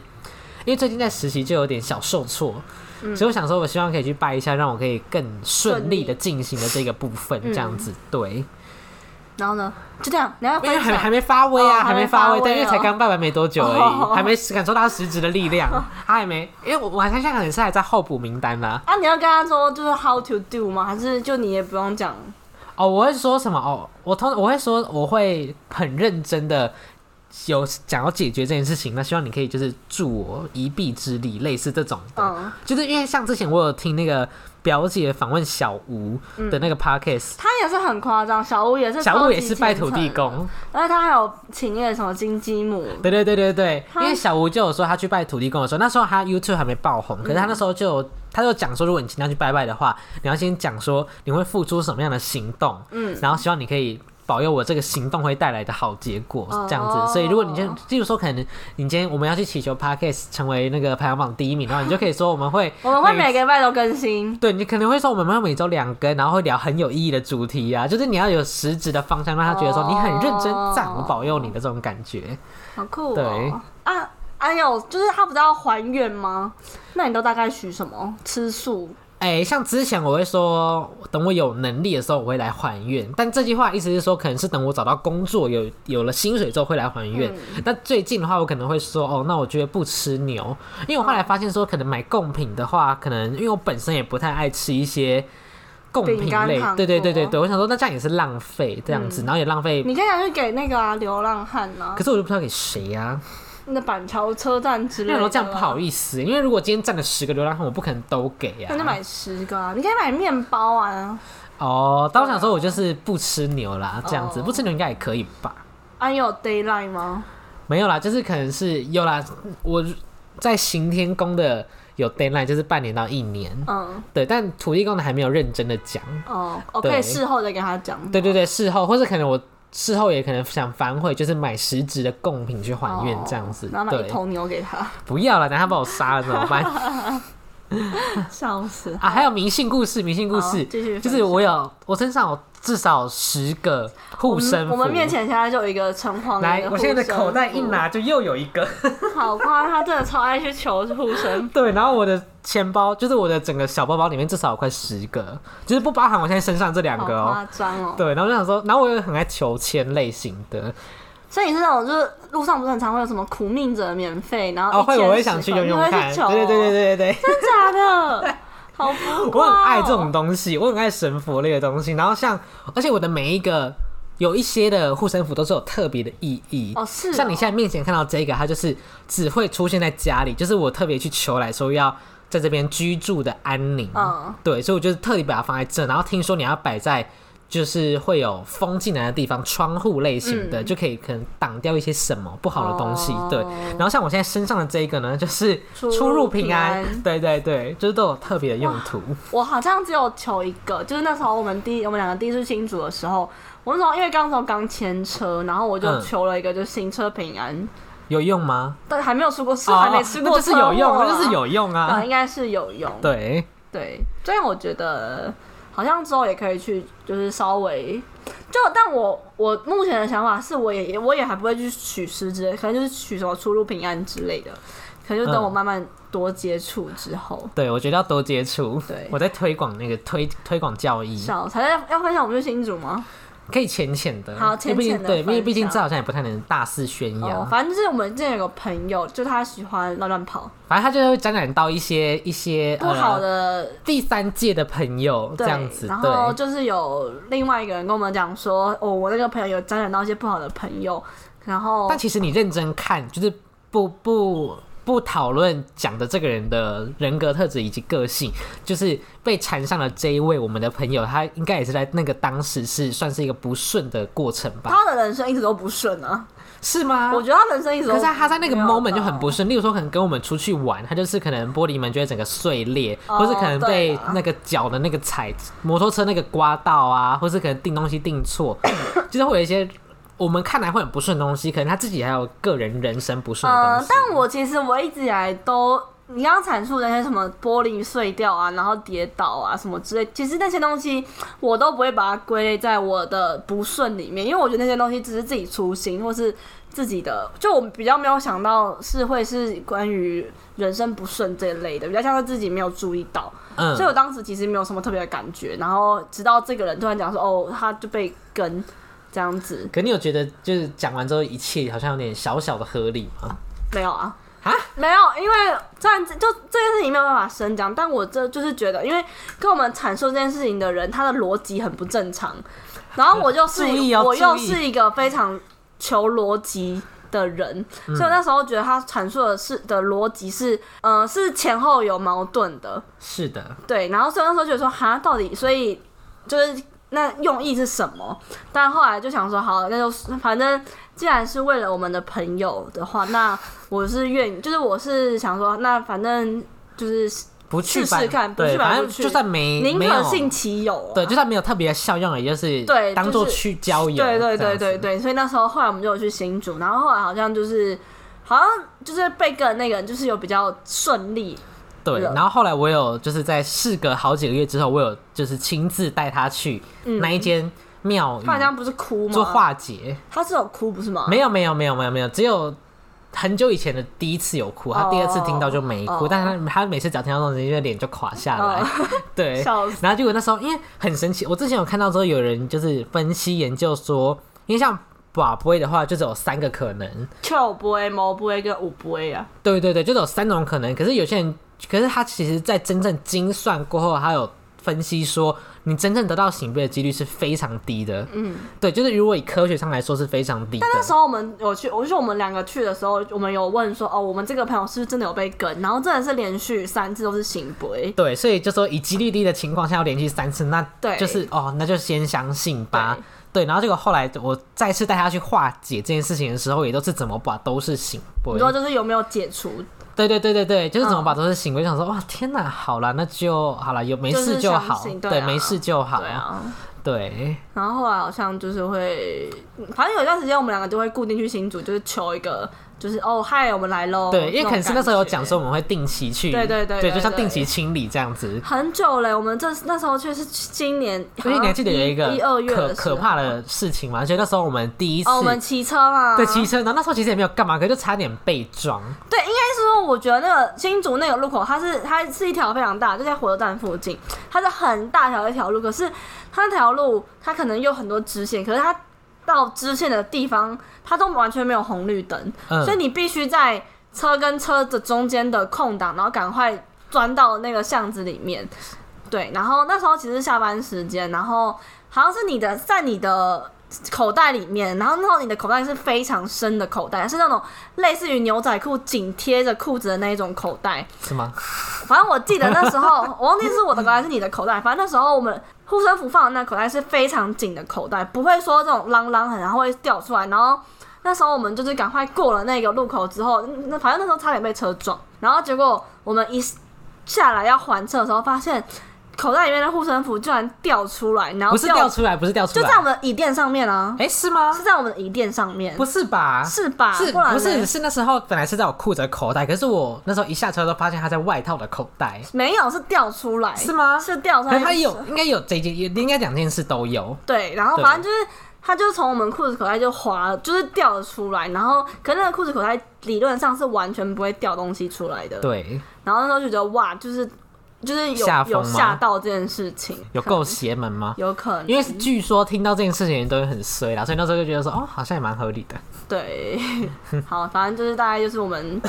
[SPEAKER 2] 为最近在实习就有点小受挫，所以我想说，我希望可以去拜一下，让我可以更顺利的进行的这个部分，这样子。对，
[SPEAKER 1] 然后呢，就这样，你要
[SPEAKER 2] 嗯因为
[SPEAKER 1] 分
[SPEAKER 2] 还
[SPEAKER 1] 享
[SPEAKER 2] 还没发威啊，
[SPEAKER 1] 哦
[SPEAKER 2] 还
[SPEAKER 1] 还
[SPEAKER 2] 没
[SPEAKER 1] 没
[SPEAKER 2] 发
[SPEAKER 1] 发
[SPEAKER 2] 威，
[SPEAKER 1] 威
[SPEAKER 2] 对，因为
[SPEAKER 1] 哦
[SPEAKER 2] 才刚拜完没多久而已，
[SPEAKER 1] 哦
[SPEAKER 2] 还没感受到实质的力量，他还没，因为我我还在香港也是还在候补名单啦、
[SPEAKER 1] 啊？你要跟他说就是 how to do 吗？还是就你也不用讲？
[SPEAKER 2] 哦，我会说什么？哦，我通我会说，我会很认真的有想要解决这件事情。那希望你可以就是助我一臂之力，类似这种的。
[SPEAKER 1] 嗯，
[SPEAKER 2] 就是因为像之前我有听那个表姐访问小吴的那个 podcast，、
[SPEAKER 1] 他也是很夸张，小吴也是，
[SPEAKER 2] 小吴也是拜土地，公，
[SPEAKER 1] 而且他还有请那个什么金鸡母，
[SPEAKER 2] 对对对对对，因
[SPEAKER 1] 他
[SPEAKER 2] 为小吴就有说他去拜土地公的时候，那时候他 YouTube 还没爆
[SPEAKER 1] 嗯
[SPEAKER 2] 红，可是他那时候就有他就讲说，如果你今天要去拜拜的话，你要先讲说你会付出什么样的行动，嗯，然后希望你可以。保佑我这个行动会带来的好结果，这样子。
[SPEAKER 1] 哦
[SPEAKER 2] 所以如果你就，例如说，可能你今天我们要去祈求 Podcast 成为那个排行榜第一名，然后你就可以说我们会
[SPEAKER 1] 我们会每
[SPEAKER 2] 每
[SPEAKER 1] 个礼拜都更新。
[SPEAKER 2] 对你可能会说我们会每周两更，然后会聊很有意义的主题啊，就是你要有实质的方向，让他觉得说你很认真，赞我保佑你的这种感觉。
[SPEAKER 1] 好酷
[SPEAKER 2] 对
[SPEAKER 1] 哦！啊，还有就是他不是要还愿吗？那你都大概许什么？吃素？
[SPEAKER 2] 哎、像之前我会说，等我有能力的时候我会来还愿，但这句话意思是说，可能是等我找到工作有有了薪水之后会来还愿。
[SPEAKER 1] 嗯
[SPEAKER 2] 那、最近的话，我可能会说，哦，那我觉得不吃牛，因为我后
[SPEAKER 1] 哦
[SPEAKER 2] 来发现说，可能买贡品的话，可能因为我本身也不太爱吃一些贡品
[SPEAKER 1] 饼干
[SPEAKER 2] 类，
[SPEAKER 1] 糖
[SPEAKER 2] 对对对对
[SPEAKER 1] 果嗯
[SPEAKER 2] 对，我想说那这样也是浪费这样子，然后也浪费。
[SPEAKER 1] 你可以拿去给那个啊流浪汉啊
[SPEAKER 2] 可，是我就不知道给谁呀、啊，
[SPEAKER 1] 那板桥车站之
[SPEAKER 2] 因
[SPEAKER 1] 类
[SPEAKER 2] 为我
[SPEAKER 1] 的。
[SPEAKER 2] 说这样不好。意思，因为如果今天站了十个流浪汉，我不可能都给呀、
[SPEAKER 1] 那就买十个啊！你可以买面包啊！
[SPEAKER 2] 哦，但我想说，我就是不吃牛啦，这样子、
[SPEAKER 1] 哦
[SPEAKER 2] 不吃牛应该也可以吧？
[SPEAKER 1] 啊，你有 d a y l i g h t 吗？
[SPEAKER 2] 没有啦，就是可能是有啦，我在行天宫的有 deadline，就是半年到一年，
[SPEAKER 1] 嗯，
[SPEAKER 2] 对，但土地公的还没有认真的讲，
[SPEAKER 1] 哦，我
[SPEAKER 2] 对
[SPEAKER 1] 可以事后再跟他讲。
[SPEAKER 2] 对对对，事后或者可能我事后也可能想反悔，就是买实质的贡品去还愿
[SPEAKER 1] 哦
[SPEAKER 2] 这样子，
[SPEAKER 1] 然后买一
[SPEAKER 2] 对，
[SPEAKER 1] 头牛给他，
[SPEAKER 2] 不要了，等他把我杀了怎 么办？
[SPEAKER 1] 笑死！
[SPEAKER 2] 啊，还有迷信故事，迷信故
[SPEAKER 1] 好
[SPEAKER 2] 事，
[SPEAKER 1] 继续
[SPEAKER 2] 就是
[SPEAKER 1] 分
[SPEAKER 2] 我有我身上有至少十个护
[SPEAKER 1] 我们
[SPEAKER 2] 身符
[SPEAKER 1] 我们面前现在就有一个城隍爷
[SPEAKER 2] 来，
[SPEAKER 1] 护
[SPEAKER 2] 我现在的
[SPEAKER 1] 身
[SPEAKER 2] 口袋一
[SPEAKER 1] 符，
[SPEAKER 2] 拿就又有一个。
[SPEAKER 1] 好夸，他真的超爱去求护身符。
[SPEAKER 2] 对，然后我的钱包就是我的整个小包包里面至少有快十个，就是不包含我现在身上这两
[SPEAKER 1] 好
[SPEAKER 2] 个哦、
[SPEAKER 1] 夸张哦！
[SPEAKER 2] 对，然后我就想说，然后我又很爱求签类型的，
[SPEAKER 1] 所以你是那种就是路上不是很常会有什么苦命者免费，然后
[SPEAKER 2] 哦，会
[SPEAKER 1] 1000
[SPEAKER 2] 我会想去用用
[SPEAKER 1] 你会
[SPEAKER 2] 看，
[SPEAKER 1] 去
[SPEAKER 2] 对
[SPEAKER 1] 求，哦
[SPEAKER 2] 对对对对对，
[SPEAKER 1] 真假的，好 浮夸哦
[SPEAKER 2] 我很爱这种东西，我很爱神佛类的东西。然后像，而且我的每一个有一些的护身符都是有特别的意义。
[SPEAKER 1] 哦是哦
[SPEAKER 2] 像你现在面前看到这个，它就是只会出现在家里，就是我特别去求来说要在这边居住的安宁。
[SPEAKER 1] 嗯，
[SPEAKER 2] 对，所以我就是特地把它放在这，然后听说你要摆在就是会有风进来的地方，窗户类型的、就可以可能挡掉一些什么不好的东西。
[SPEAKER 1] 嗯哦
[SPEAKER 2] 对，然后像我现在身上的这一个呢，就是
[SPEAKER 1] 出
[SPEAKER 2] 出入
[SPEAKER 1] 入
[SPEAKER 2] 平
[SPEAKER 1] 平
[SPEAKER 2] 安，
[SPEAKER 1] 安
[SPEAKER 2] 对对对，就是都有特别的用途。
[SPEAKER 1] 我好像只有求一个，就是那时候我们第一我们两个第一次新组的时候，我那时候因为刚从刚签车，然后我就
[SPEAKER 2] 嗯
[SPEAKER 1] 求了一个，就是行车平安，
[SPEAKER 2] 有用吗？
[SPEAKER 1] 但还没有出过事，
[SPEAKER 2] 哦
[SPEAKER 1] 还没吃
[SPEAKER 2] 那
[SPEAKER 1] 过
[SPEAKER 2] 就
[SPEAKER 1] 车
[SPEAKER 2] 是
[SPEAKER 1] 祸啊，
[SPEAKER 2] 有用，哦那就是有用
[SPEAKER 1] 啊，
[SPEAKER 2] 啊
[SPEAKER 1] 应。该是有用。
[SPEAKER 2] 对，
[SPEAKER 1] 对，所以我觉得好像之后也可以去，就是稍微就，但我我目前的想法是，我也我也还不会去取食之类，可能就是取什么出入平安之类的，可能就等我
[SPEAKER 2] 嗯
[SPEAKER 1] 慢慢多接触之后，
[SPEAKER 2] 对，我觉得要多接触。
[SPEAKER 1] 对啊
[SPEAKER 2] 我在推广那个推推广教义，
[SPEAKER 1] 小才要要分享我们去新竹吗？
[SPEAKER 2] 可以浅浅的，
[SPEAKER 1] 好
[SPEAKER 2] 因为
[SPEAKER 1] 浅
[SPEAKER 2] 毕竟
[SPEAKER 1] 浅地
[SPEAKER 2] 对，因为毕竟
[SPEAKER 1] 分享
[SPEAKER 2] 这好像也不太能大肆宣扬。
[SPEAKER 1] 哦，反正就是我们之前有个朋友，就他喜欢乱乱跑，
[SPEAKER 2] 反正他就是会沾染到一些一些
[SPEAKER 1] 不好
[SPEAKER 2] 呃
[SPEAKER 1] 的
[SPEAKER 2] 第三届的朋友这
[SPEAKER 1] 对，
[SPEAKER 2] 样子，
[SPEAKER 1] 然
[SPEAKER 2] 对
[SPEAKER 1] 后就是有另外一个人跟我们讲说，哦，我那个朋友有沾染到一些不好的朋友，然后
[SPEAKER 2] 但其实你认真看，就是不不不讨论讲的这个人的人格特质以及个性，就是被缠上了这一位我们的朋友，他应该也是在那个当时是算是一个不顺的过程吧？
[SPEAKER 1] 他的人生一直都不顺啊。
[SPEAKER 2] 是吗？
[SPEAKER 1] 我觉得他人生一直都
[SPEAKER 2] 可是他在那个
[SPEAKER 1] 没有到
[SPEAKER 2] moment 就很不顺，例如说可能跟我们出去玩，他就是可能玻璃门就会整个碎裂，
[SPEAKER 1] 哦
[SPEAKER 2] 或是可能
[SPEAKER 1] 对
[SPEAKER 2] 被
[SPEAKER 1] 啦
[SPEAKER 2] 那个脚的那个踩摩托车那个刮到啊，或是可能订东西 订错，就是会有一些我们看来会很不顺的东西，可能他自己还有个人人生不顺的
[SPEAKER 1] 呃
[SPEAKER 2] 东，西。
[SPEAKER 1] 但我其实我一直以来都，你刚刚阐述的那些什么玻璃碎掉啊，然后跌倒啊什么之类，其实那些东西我都不会把它归类在我的不顺里面，因为我觉得那些东西只是自己粗心或是自己的，就我比较没有想到是会是关于人生不顺这一类的，比较像是自己没有注意到。所以
[SPEAKER 2] 嗯，
[SPEAKER 1] 我当时其实没有什么特别的感觉，然后直到这个人突然讲说，哦，他就被跟这样子，
[SPEAKER 2] 可你有觉得就是讲完之后一切好像有点小小的合理吗？
[SPEAKER 1] 没有啊。
[SPEAKER 2] 啊，
[SPEAKER 1] 没有，因为虽然这就这件事情没有办法深讲，但我这就是觉得，因为跟我们阐述这件事情的人，他的逻辑很不正常。然后我就是、
[SPEAKER 2] 注意哦
[SPEAKER 1] 我又
[SPEAKER 2] 注意
[SPEAKER 1] 是一个非常求逻辑的人，
[SPEAKER 2] 嗯
[SPEAKER 1] 所以我那时候觉得他阐述的是的逻辑是，呃，是前后有矛盾的。
[SPEAKER 2] 是的，
[SPEAKER 1] 对，然后所以那时候觉得说，哈，到底所以就是那用意是什么？但后来就想说，好，那就反正既然是为了我们的朋友的话，那我是愿意，就是我是想说，那反正就是
[SPEAKER 2] 不去
[SPEAKER 1] 试试
[SPEAKER 2] 反
[SPEAKER 1] 看不
[SPEAKER 2] 对，
[SPEAKER 1] 去反
[SPEAKER 2] 反
[SPEAKER 1] 不
[SPEAKER 2] 正
[SPEAKER 1] 去
[SPEAKER 2] 就算没
[SPEAKER 1] 宁
[SPEAKER 2] 没有
[SPEAKER 1] 可信其有、啊。
[SPEAKER 2] 对，就算没有特别的效用，也就是
[SPEAKER 1] 对
[SPEAKER 2] 当做
[SPEAKER 1] 就是
[SPEAKER 2] 去交友这样
[SPEAKER 1] 对
[SPEAKER 2] 子，
[SPEAKER 1] 对对对对，所以那时候后来我们就有去新竹，然后后来好像就是好像就是被跟那个人就是有比较顺利，
[SPEAKER 2] 对，
[SPEAKER 1] 了
[SPEAKER 2] 然后后来我有就是在事隔好几个月之后，我有就是亲自带他去那一间庙宇
[SPEAKER 1] 他好像不是哭吗？
[SPEAKER 2] 做化解。
[SPEAKER 1] 他是有哭不是吗？
[SPEAKER 2] 嗯没有没有没有没有没有，只有很久以前的第一次有哭，他
[SPEAKER 1] 哦
[SPEAKER 2] 第二次听到就没哭，
[SPEAKER 1] 哦
[SPEAKER 2] 但是他他每次只要听到这种东西，就脸就垮下来。对，
[SPEAKER 1] 笑死
[SPEAKER 2] 然后结果那时候因为很神奇，我之前有看到之后有人就是分析研究说，因为像寡不会的话，就只有三个可能，
[SPEAKER 1] 秋不会、毛不会跟五不会啊。
[SPEAKER 2] 对对对，就是有三种可能。可是有些人，可是他其实在真正精算过后，他有分析说，你真正得到醒杯的几率是非常低的。嗯，对，就是如果以科学上来说是非常低的。
[SPEAKER 1] 那时候我们有去，我就是我们两个去的时候，我们有问说，哦，我们这个朋友是不是真的有被跟？然后真的是连续三次都是行为。
[SPEAKER 2] 对，所以就说以几率低的情况下要连续三次，那
[SPEAKER 1] 对
[SPEAKER 2] 就是哦，那就先相信吧。对，然后结果后来我再次带他去化解这件事情的时候，也都是怎么把都是醒杯
[SPEAKER 1] 你。说嗯就是有没有解除？
[SPEAKER 2] 对对对对对，就是怎么把都是醒杯，想说哇天哪，好啦，那就好啦，有没
[SPEAKER 1] 就是
[SPEAKER 2] 事就
[SPEAKER 1] 相
[SPEAKER 2] 好，
[SPEAKER 1] 信对
[SPEAKER 2] 对，
[SPEAKER 1] 啊
[SPEAKER 2] 没事就好，
[SPEAKER 1] 对啊，
[SPEAKER 2] 对
[SPEAKER 1] 然后后来好像就是会，嗯反正有一段时间我们两个就会固定去新组，就是求一个，就是哦嗨，我们来喽。
[SPEAKER 2] 对，因为
[SPEAKER 1] 这种
[SPEAKER 2] 可能是那时候有
[SPEAKER 1] 感觉
[SPEAKER 2] 讲说我们会定期去，
[SPEAKER 1] 对对对对
[SPEAKER 2] 对，就像
[SPEAKER 1] 对
[SPEAKER 2] 定期清理这样子。
[SPEAKER 1] 很久嘞，我们这那时候却是今年，
[SPEAKER 2] 而且你还记得有一个
[SPEAKER 1] 一二月
[SPEAKER 2] 可
[SPEAKER 1] 的时候
[SPEAKER 2] 可怕的事情吗？就那时候我们第一次
[SPEAKER 1] 哦，我们啊骑车嘛，
[SPEAKER 2] 对骑车，然后那时候其实也没有干嘛，可是就差点被撞。
[SPEAKER 1] 对，应该是说，我觉得那个新竹那个路口，它是它是一条非常大，就在火车站附近，它是很大条一条路。可是它那条路，它可能有很多支线，可是它到支线的地方，它都完全没有红绿灯，
[SPEAKER 2] 嗯
[SPEAKER 1] 所以你必须在车跟车的中间的空档，然后赶快钻到那个巷子里面。对，然后那时候其实下班时间，然后好像是你的在你的口袋里面，然后那时候你的口袋是非常深的口袋，是那种类似于牛仔裤紧贴着裤子的那一种口袋。
[SPEAKER 2] 是吗？
[SPEAKER 1] 反正我记得那时候， 我忘记是我的口袋还是你的口袋。反正那时候我们护身符放的那口袋是非常紧的口袋，不会说这种啷啷很然后会掉出来。然后那时候我们就是赶快过了那个路口之后，嗯那反正那时候差点被车撞。然后结果我们一下来要还车的时候，发现口袋里面的护身符居然掉出来，然后
[SPEAKER 2] 不是掉出来，不是掉出
[SPEAKER 1] 就
[SPEAKER 2] 来，
[SPEAKER 1] 在我们的椅垫上面啊，
[SPEAKER 2] 哎、是吗？
[SPEAKER 1] 是在我们的椅垫上面，
[SPEAKER 2] 不是吧？
[SPEAKER 1] 是吧？
[SPEAKER 2] 是
[SPEAKER 1] 不然
[SPEAKER 2] 不
[SPEAKER 1] 嘞
[SPEAKER 2] 是是那时候本来是在我裤子的口袋，可是我那时候一下车都发现它在外套的口袋，
[SPEAKER 1] 没有是掉出来
[SPEAKER 2] 是吗
[SPEAKER 1] 哦是掉出
[SPEAKER 2] 可
[SPEAKER 1] 来，
[SPEAKER 2] 是它有应该有这件，也应该两件事都有。
[SPEAKER 1] 对，然后
[SPEAKER 2] 对
[SPEAKER 1] 反正就是，它就从我们裤子口袋就滑了，就是掉了出来。然后，可是那个裤子口袋理论上是完全不会掉东西出来的。。
[SPEAKER 2] 对，
[SPEAKER 1] 然后那时候就觉得哇，就是就是有
[SPEAKER 2] 吓疯
[SPEAKER 1] 有
[SPEAKER 2] 吗
[SPEAKER 1] 吓到这件事情，
[SPEAKER 2] 有够邪门吗？
[SPEAKER 1] 有可能，
[SPEAKER 2] 因为据说听到这件事情的人都会很衰啦，所以那时候就觉得说，哦，好像也蛮合理的。
[SPEAKER 1] 对，好，反正就是大概就是我们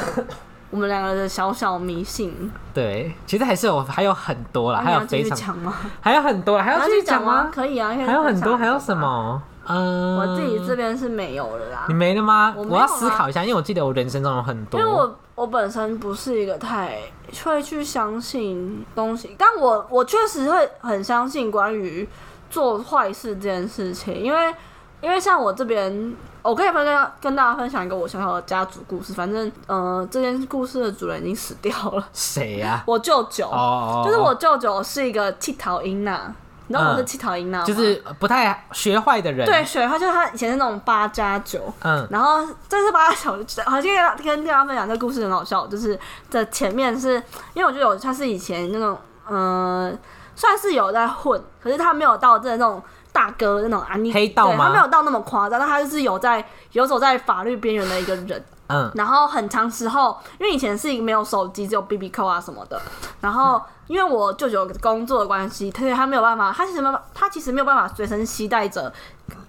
[SPEAKER 1] 我们两个的小小迷信。
[SPEAKER 2] 对，其实还是有还有很多啦，
[SPEAKER 1] 那你
[SPEAKER 2] 啊还
[SPEAKER 1] 要
[SPEAKER 2] 有
[SPEAKER 1] 继
[SPEAKER 2] 非
[SPEAKER 1] 续
[SPEAKER 2] 常
[SPEAKER 1] 讲吗？
[SPEAKER 2] 还有很多啦，还
[SPEAKER 1] 你
[SPEAKER 2] 要继续讲
[SPEAKER 1] 吗？
[SPEAKER 2] 吗？
[SPEAKER 1] 可以啊，可以
[SPEAKER 2] 还有很
[SPEAKER 1] 分享
[SPEAKER 2] 多，还有
[SPEAKER 1] 一下
[SPEAKER 2] 什？么？嗯，
[SPEAKER 1] 我自己这边是没有了啦
[SPEAKER 2] 你，没了吗？
[SPEAKER 1] 我
[SPEAKER 2] 我
[SPEAKER 1] 没有
[SPEAKER 2] 要
[SPEAKER 1] 啊
[SPEAKER 2] 思考一下，因为我记得我人生中有很多。
[SPEAKER 1] 因为我我本身不是一个太会去相信东西，但我我确实会很相信关于做坏事这件事情，因为因为像我这边，我可以分跟跟大家分享一个我小小的家族故事。反正，呃，这件故事的主人已经死掉了，
[SPEAKER 2] 谁呀、
[SPEAKER 1] 我舅舅，
[SPEAKER 2] 哦，
[SPEAKER 1] 就是我舅舅是一个乞讨英娜，你知道我是
[SPEAKER 2] 嗯
[SPEAKER 1] 乞讨英娜吗？
[SPEAKER 2] 就是不太学坏的人。
[SPEAKER 1] 对，，所以他就是他以前是那种八加九。
[SPEAKER 2] 嗯，
[SPEAKER 1] 然后这次八小时，好，今天跟大家分享这个故事很好笑，就是这前面是因为我觉得有他是以前那种，嗯、算是有在混，可是他没有到真的那种大哥那种啊，你
[SPEAKER 2] 黑道
[SPEAKER 1] 对
[SPEAKER 2] 吗
[SPEAKER 1] 他没有到那么夸张，但他就是有在游走在法律边缘的一个人。
[SPEAKER 2] 嗯，
[SPEAKER 1] 然后很长时候，因为以前是一个没有手机，只有 B B 扣啊什么的。然后因为我舅舅工作的关系，所以他没有办法，他其实没有办法，他其实没有办法随身携带着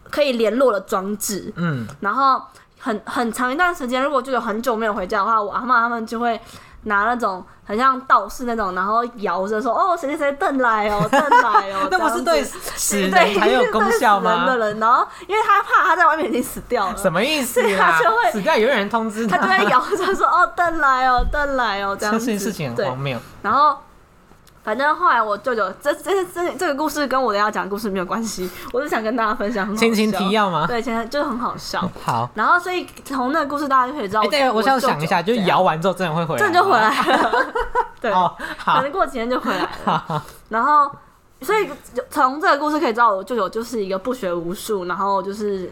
[SPEAKER 1] 可以联络的装置。
[SPEAKER 2] 嗯，
[SPEAKER 1] 然后很很长一段时间，如果就有很久没有回家的话，我阿妈他们就会拿那种很像道士那种，然后摇着说：“ 哦，谁谁谁邓来哦， 邓来哦。”这
[SPEAKER 2] 那
[SPEAKER 1] 样
[SPEAKER 2] 不
[SPEAKER 1] 子
[SPEAKER 2] 是对死 人才有功效
[SPEAKER 1] 对对死人
[SPEAKER 2] 吗？
[SPEAKER 1] 的人，然后因为他怕他在外面已经死掉了，
[SPEAKER 2] 什么意思
[SPEAKER 1] 所以他
[SPEAKER 2] 啦
[SPEAKER 1] 就会？
[SPEAKER 2] 死掉有人通知
[SPEAKER 1] 他就会
[SPEAKER 2] 他，
[SPEAKER 1] 摇着说：“哦，邓来哦，邓来哦。”这样
[SPEAKER 2] 这
[SPEAKER 1] 子。
[SPEAKER 2] 件事情很
[SPEAKER 1] 对
[SPEAKER 2] 荒谬。
[SPEAKER 1] 然后，反正后来我舅舅这这这这个故事跟我等一下讲的故事没有关系，我是想跟大家分享很好笑。
[SPEAKER 2] 轻轻提要吗？
[SPEAKER 1] 对，前就是很好笑。
[SPEAKER 2] 好，
[SPEAKER 1] 然后，所以从那个故事大家就可以知道
[SPEAKER 2] 哎，
[SPEAKER 1] 舅舅这
[SPEAKER 2] 对，
[SPEAKER 1] 样，
[SPEAKER 2] 我想想一下，就是摇完之后真的会回来，
[SPEAKER 1] 这就回。来了，对，
[SPEAKER 2] 哦，
[SPEAKER 1] 可
[SPEAKER 2] 好，
[SPEAKER 1] 能过几天就回来了。然后，所以从这个故事可以知道，我舅舅就是一个不学无术，然后就是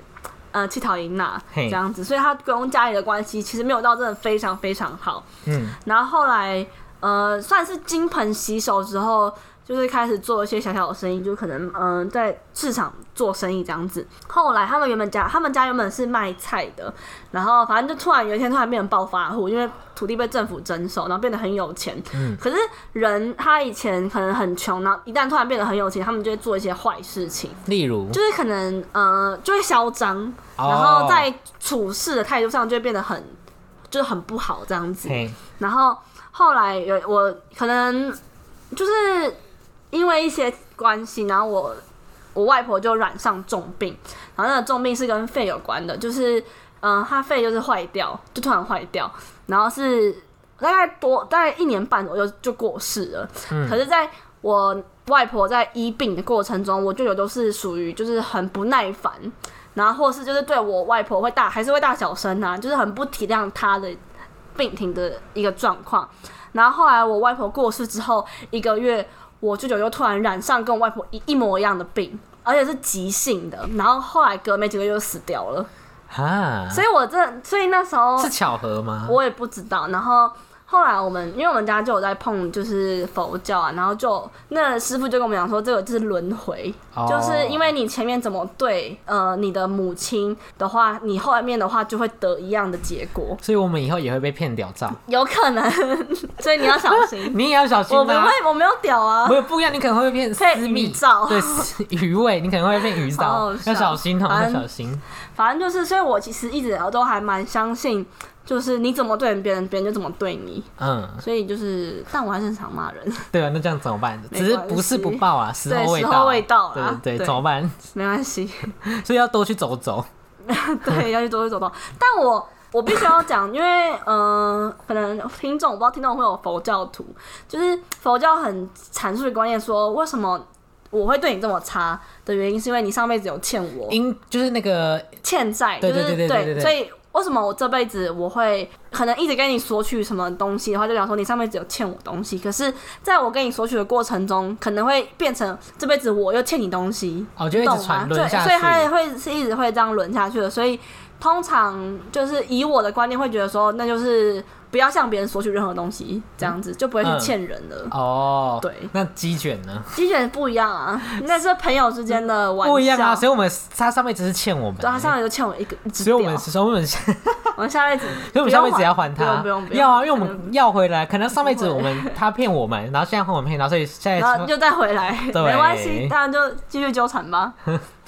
[SPEAKER 1] 呃乞讨赢娜这
[SPEAKER 2] 嘿
[SPEAKER 1] 样子，所以他跟家里的关系其实没有到真的非常非常好。
[SPEAKER 2] 嗯，
[SPEAKER 1] 然后后来呃算是金盆洗手之后，就是开始做一些小小的生意，就可能嗯、呃在市场做生意这样子。后来他们原本家他们家原本是卖菜的，然后反正就突然有一天突然变成暴发户，因为土地被政府征收，然后变得很有钱。
[SPEAKER 2] 嗯
[SPEAKER 1] 可是人他以前可能很穷，然后一旦突然变得很有钱，他们就会做一些坏事情，
[SPEAKER 2] 例如，
[SPEAKER 1] 就是可能呃就会嚣张，
[SPEAKER 2] 哦
[SPEAKER 1] 然后在处事的态度上就会变得很就是很不好这样子。
[SPEAKER 2] 嘿，
[SPEAKER 1] 然后后来有我可能就是因为一些关系，然后我我外婆就染上重病，然后那个重病是跟肺有关的，就是嗯、呃她肺就是坏掉，就突然坏掉，然后是大概多大概一年半左右就过世了。
[SPEAKER 2] 嗯
[SPEAKER 1] 可是在我外婆在医病的过程中，我舅舅都是属于就是很不耐烦。然后或是就是对我外婆会大还是会大小声啊，就是很不体谅她的病情的一个状况。然后后来我外婆过世之后一个月，我舅舅又突然染上跟我外婆一一模一样的病，而且是急性的。然后后来隔没几个月就死掉了。
[SPEAKER 2] 哈，
[SPEAKER 1] 所以我真的，所以那时候
[SPEAKER 2] 是巧合吗？
[SPEAKER 1] 我也不知道。然后后来我们，因为我们家就有在碰就是佛教啊，然后就那师傅就跟我们讲说，这个就是轮回，
[SPEAKER 2] 哦
[SPEAKER 1] 就是因为你前面怎么对呃你的母亲的话，你后面的话就会得一样的结果，
[SPEAKER 2] 所以我们以后也会被骗屌照，
[SPEAKER 1] 有可能， 所以你要小心。
[SPEAKER 2] 你也要小心
[SPEAKER 1] 我不
[SPEAKER 2] 啊。
[SPEAKER 1] 会，我没有屌啊
[SPEAKER 2] 没。有不一样，你可能会变私
[SPEAKER 1] 被
[SPEAKER 2] 密
[SPEAKER 1] 鱼照
[SPEAKER 2] 对私鱼味，你可能会变鱼
[SPEAKER 1] 好
[SPEAKER 2] 照
[SPEAKER 1] 好，笑
[SPEAKER 2] 要小心哦，
[SPEAKER 1] 反
[SPEAKER 2] 要
[SPEAKER 1] 正
[SPEAKER 2] 小心。
[SPEAKER 1] 反正就是，所以我其实一直都还蛮相信就是你怎么对别人，别人就怎么对你。
[SPEAKER 2] 嗯，
[SPEAKER 1] 所以就是，但我还是很常骂人，
[SPEAKER 2] 对啊，那这样怎么办？
[SPEAKER 1] 没
[SPEAKER 2] 只是
[SPEAKER 1] 关
[SPEAKER 2] 不是
[SPEAKER 1] 系
[SPEAKER 2] 不报啊，时
[SPEAKER 1] 对
[SPEAKER 2] 候未
[SPEAKER 1] 时
[SPEAKER 2] 到
[SPEAKER 1] 候
[SPEAKER 2] 啊，
[SPEAKER 1] 未到
[SPEAKER 2] 对
[SPEAKER 1] 啦
[SPEAKER 2] 对对，
[SPEAKER 1] 对
[SPEAKER 2] 怎么办？
[SPEAKER 1] 没关系。
[SPEAKER 2] 所以要多去走走。
[SPEAKER 1] 对，要去多去走动。但我我必须要讲，因为嗯、呃可能听众我不知道听众会有佛教徒，就是佛教很阐述的观念，说为什么我会对你这么差的原因，是因为你上辈子有欠我
[SPEAKER 2] 因就是那个
[SPEAKER 1] 欠债，就
[SPEAKER 2] 对
[SPEAKER 1] 是
[SPEAKER 2] 对对对对对
[SPEAKER 1] 所以。为什么我这辈子我会可能一直跟你索取什么东西的话，就讲说你上辈子有欠我东西，可是在我跟你索取的过程中，可能会变成这辈子我又欠你东西，
[SPEAKER 2] 哦，就一
[SPEAKER 1] 懂吗？
[SPEAKER 2] 直传
[SPEAKER 1] 对，
[SPEAKER 2] 轮下
[SPEAKER 1] 所以他也
[SPEAKER 2] 去。
[SPEAKER 1] 会是一直会这样轮下去的。所以通常就是以我的观念会觉得说，那就是不要向别人索取任何东西，这样
[SPEAKER 2] 嗯
[SPEAKER 1] 子就不会去欠人了。
[SPEAKER 2] 哦，
[SPEAKER 1] 对，
[SPEAKER 2] 那鸡卷呢？
[SPEAKER 1] 鸡卷不一样啊，那是朋友之间的玩笑。
[SPEAKER 2] 不一样啊，所以我们他上辈子是欠我们
[SPEAKER 1] 对，他
[SPEAKER 2] 的，
[SPEAKER 1] 上来就欠我一个一只
[SPEAKER 2] 所以
[SPEAKER 1] 表，
[SPEAKER 2] 我们所以我们所
[SPEAKER 1] 我们下辈子，
[SPEAKER 2] 以我们上辈子要还
[SPEAKER 1] 不
[SPEAKER 2] 他
[SPEAKER 1] 用不用，不用
[SPEAKER 2] 要啊，因为我们要回来，可能上辈子我们他骗我们，然后现在换我们骗他，所以现
[SPEAKER 1] 然后
[SPEAKER 2] 在
[SPEAKER 1] 就再回来，
[SPEAKER 2] 哎对
[SPEAKER 1] 没关系，当然就继续纠缠 吧。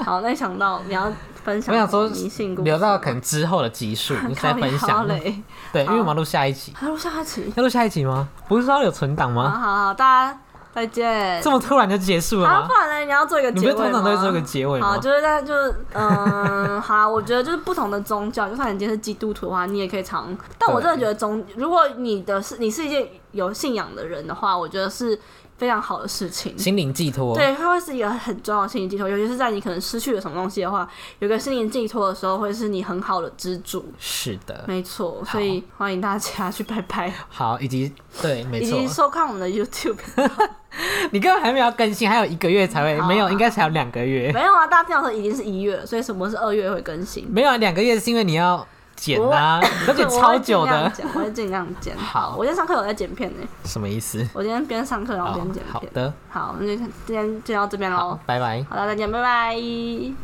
[SPEAKER 1] 好，那想到你要分享，
[SPEAKER 2] 我想 说
[SPEAKER 1] 迷信故事，
[SPEAKER 2] 留到可能之后的集数再分
[SPEAKER 1] 好
[SPEAKER 2] 享。
[SPEAKER 1] 嘞，
[SPEAKER 2] 对，因为
[SPEAKER 1] 好
[SPEAKER 2] 我们要录下一集，
[SPEAKER 1] 还有下一期，
[SPEAKER 2] 要录下一集吗？不是说有存档
[SPEAKER 1] 好
[SPEAKER 2] 吗？
[SPEAKER 1] 好好，大家再见。
[SPEAKER 2] 这么突然就结束了
[SPEAKER 1] 啊，
[SPEAKER 2] 吗
[SPEAKER 1] 不？然呢？你要做一个
[SPEAKER 2] 你
[SPEAKER 1] 结
[SPEAKER 2] 不
[SPEAKER 1] 尾
[SPEAKER 2] 是
[SPEAKER 1] 吗？啊
[SPEAKER 2] 通常都会做个结尾
[SPEAKER 1] 好，
[SPEAKER 2] 吗？
[SPEAKER 1] 就是在就是嗯，好啦，我觉得就是不同的宗教，就算你今天是基督徒的话，你也可以尝。但我真的觉得宗，如果你的是你是一件有信仰的人的话，我觉得是非常好的事情。
[SPEAKER 2] 心灵寄托，
[SPEAKER 1] 对，它会是一个很重要的心灵寄托，尤其是在你可能失去了什么东西的话，有个心灵寄托的时候，会是你很好的支柱。
[SPEAKER 2] 是的，
[SPEAKER 1] 没错，所以欢迎大家去拜拜，
[SPEAKER 2] 好，以及对， 没
[SPEAKER 1] 以
[SPEAKER 2] 错
[SPEAKER 1] 及，收看我们的 YouTube。
[SPEAKER 2] 你根本还没有更新，还有一个月才会，
[SPEAKER 1] 好啊
[SPEAKER 2] 没有，应该才有两个月，
[SPEAKER 1] 没有啊，大家听到的时候已经是一月了，所以什么是二月会更新？
[SPEAKER 2] 没有啊两个月是因为你要剪啊，而且
[SPEAKER 1] 对
[SPEAKER 2] 超久的，，
[SPEAKER 1] 我会尽量剪。我会尽量剪
[SPEAKER 2] 好
[SPEAKER 1] 我今天上课有在剪片呢，
[SPEAKER 2] 什么意思？
[SPEAKER 1] 我今天边上课然后
[SPEAKER 2] 好
[SPEAKER 1] 边剪
[SPEAKER 2] 好
[SPEAKER 1] 片。
[SPEAKER 2] 的，
[SPEAKER 1] 好，那就今天就到这边
[SPEAKER 2] 好
[SPEAKER 1] 喽。，
[SPEAKER 2] 拜拜。
[SPEAKER 1] 好了，再见，拜拜。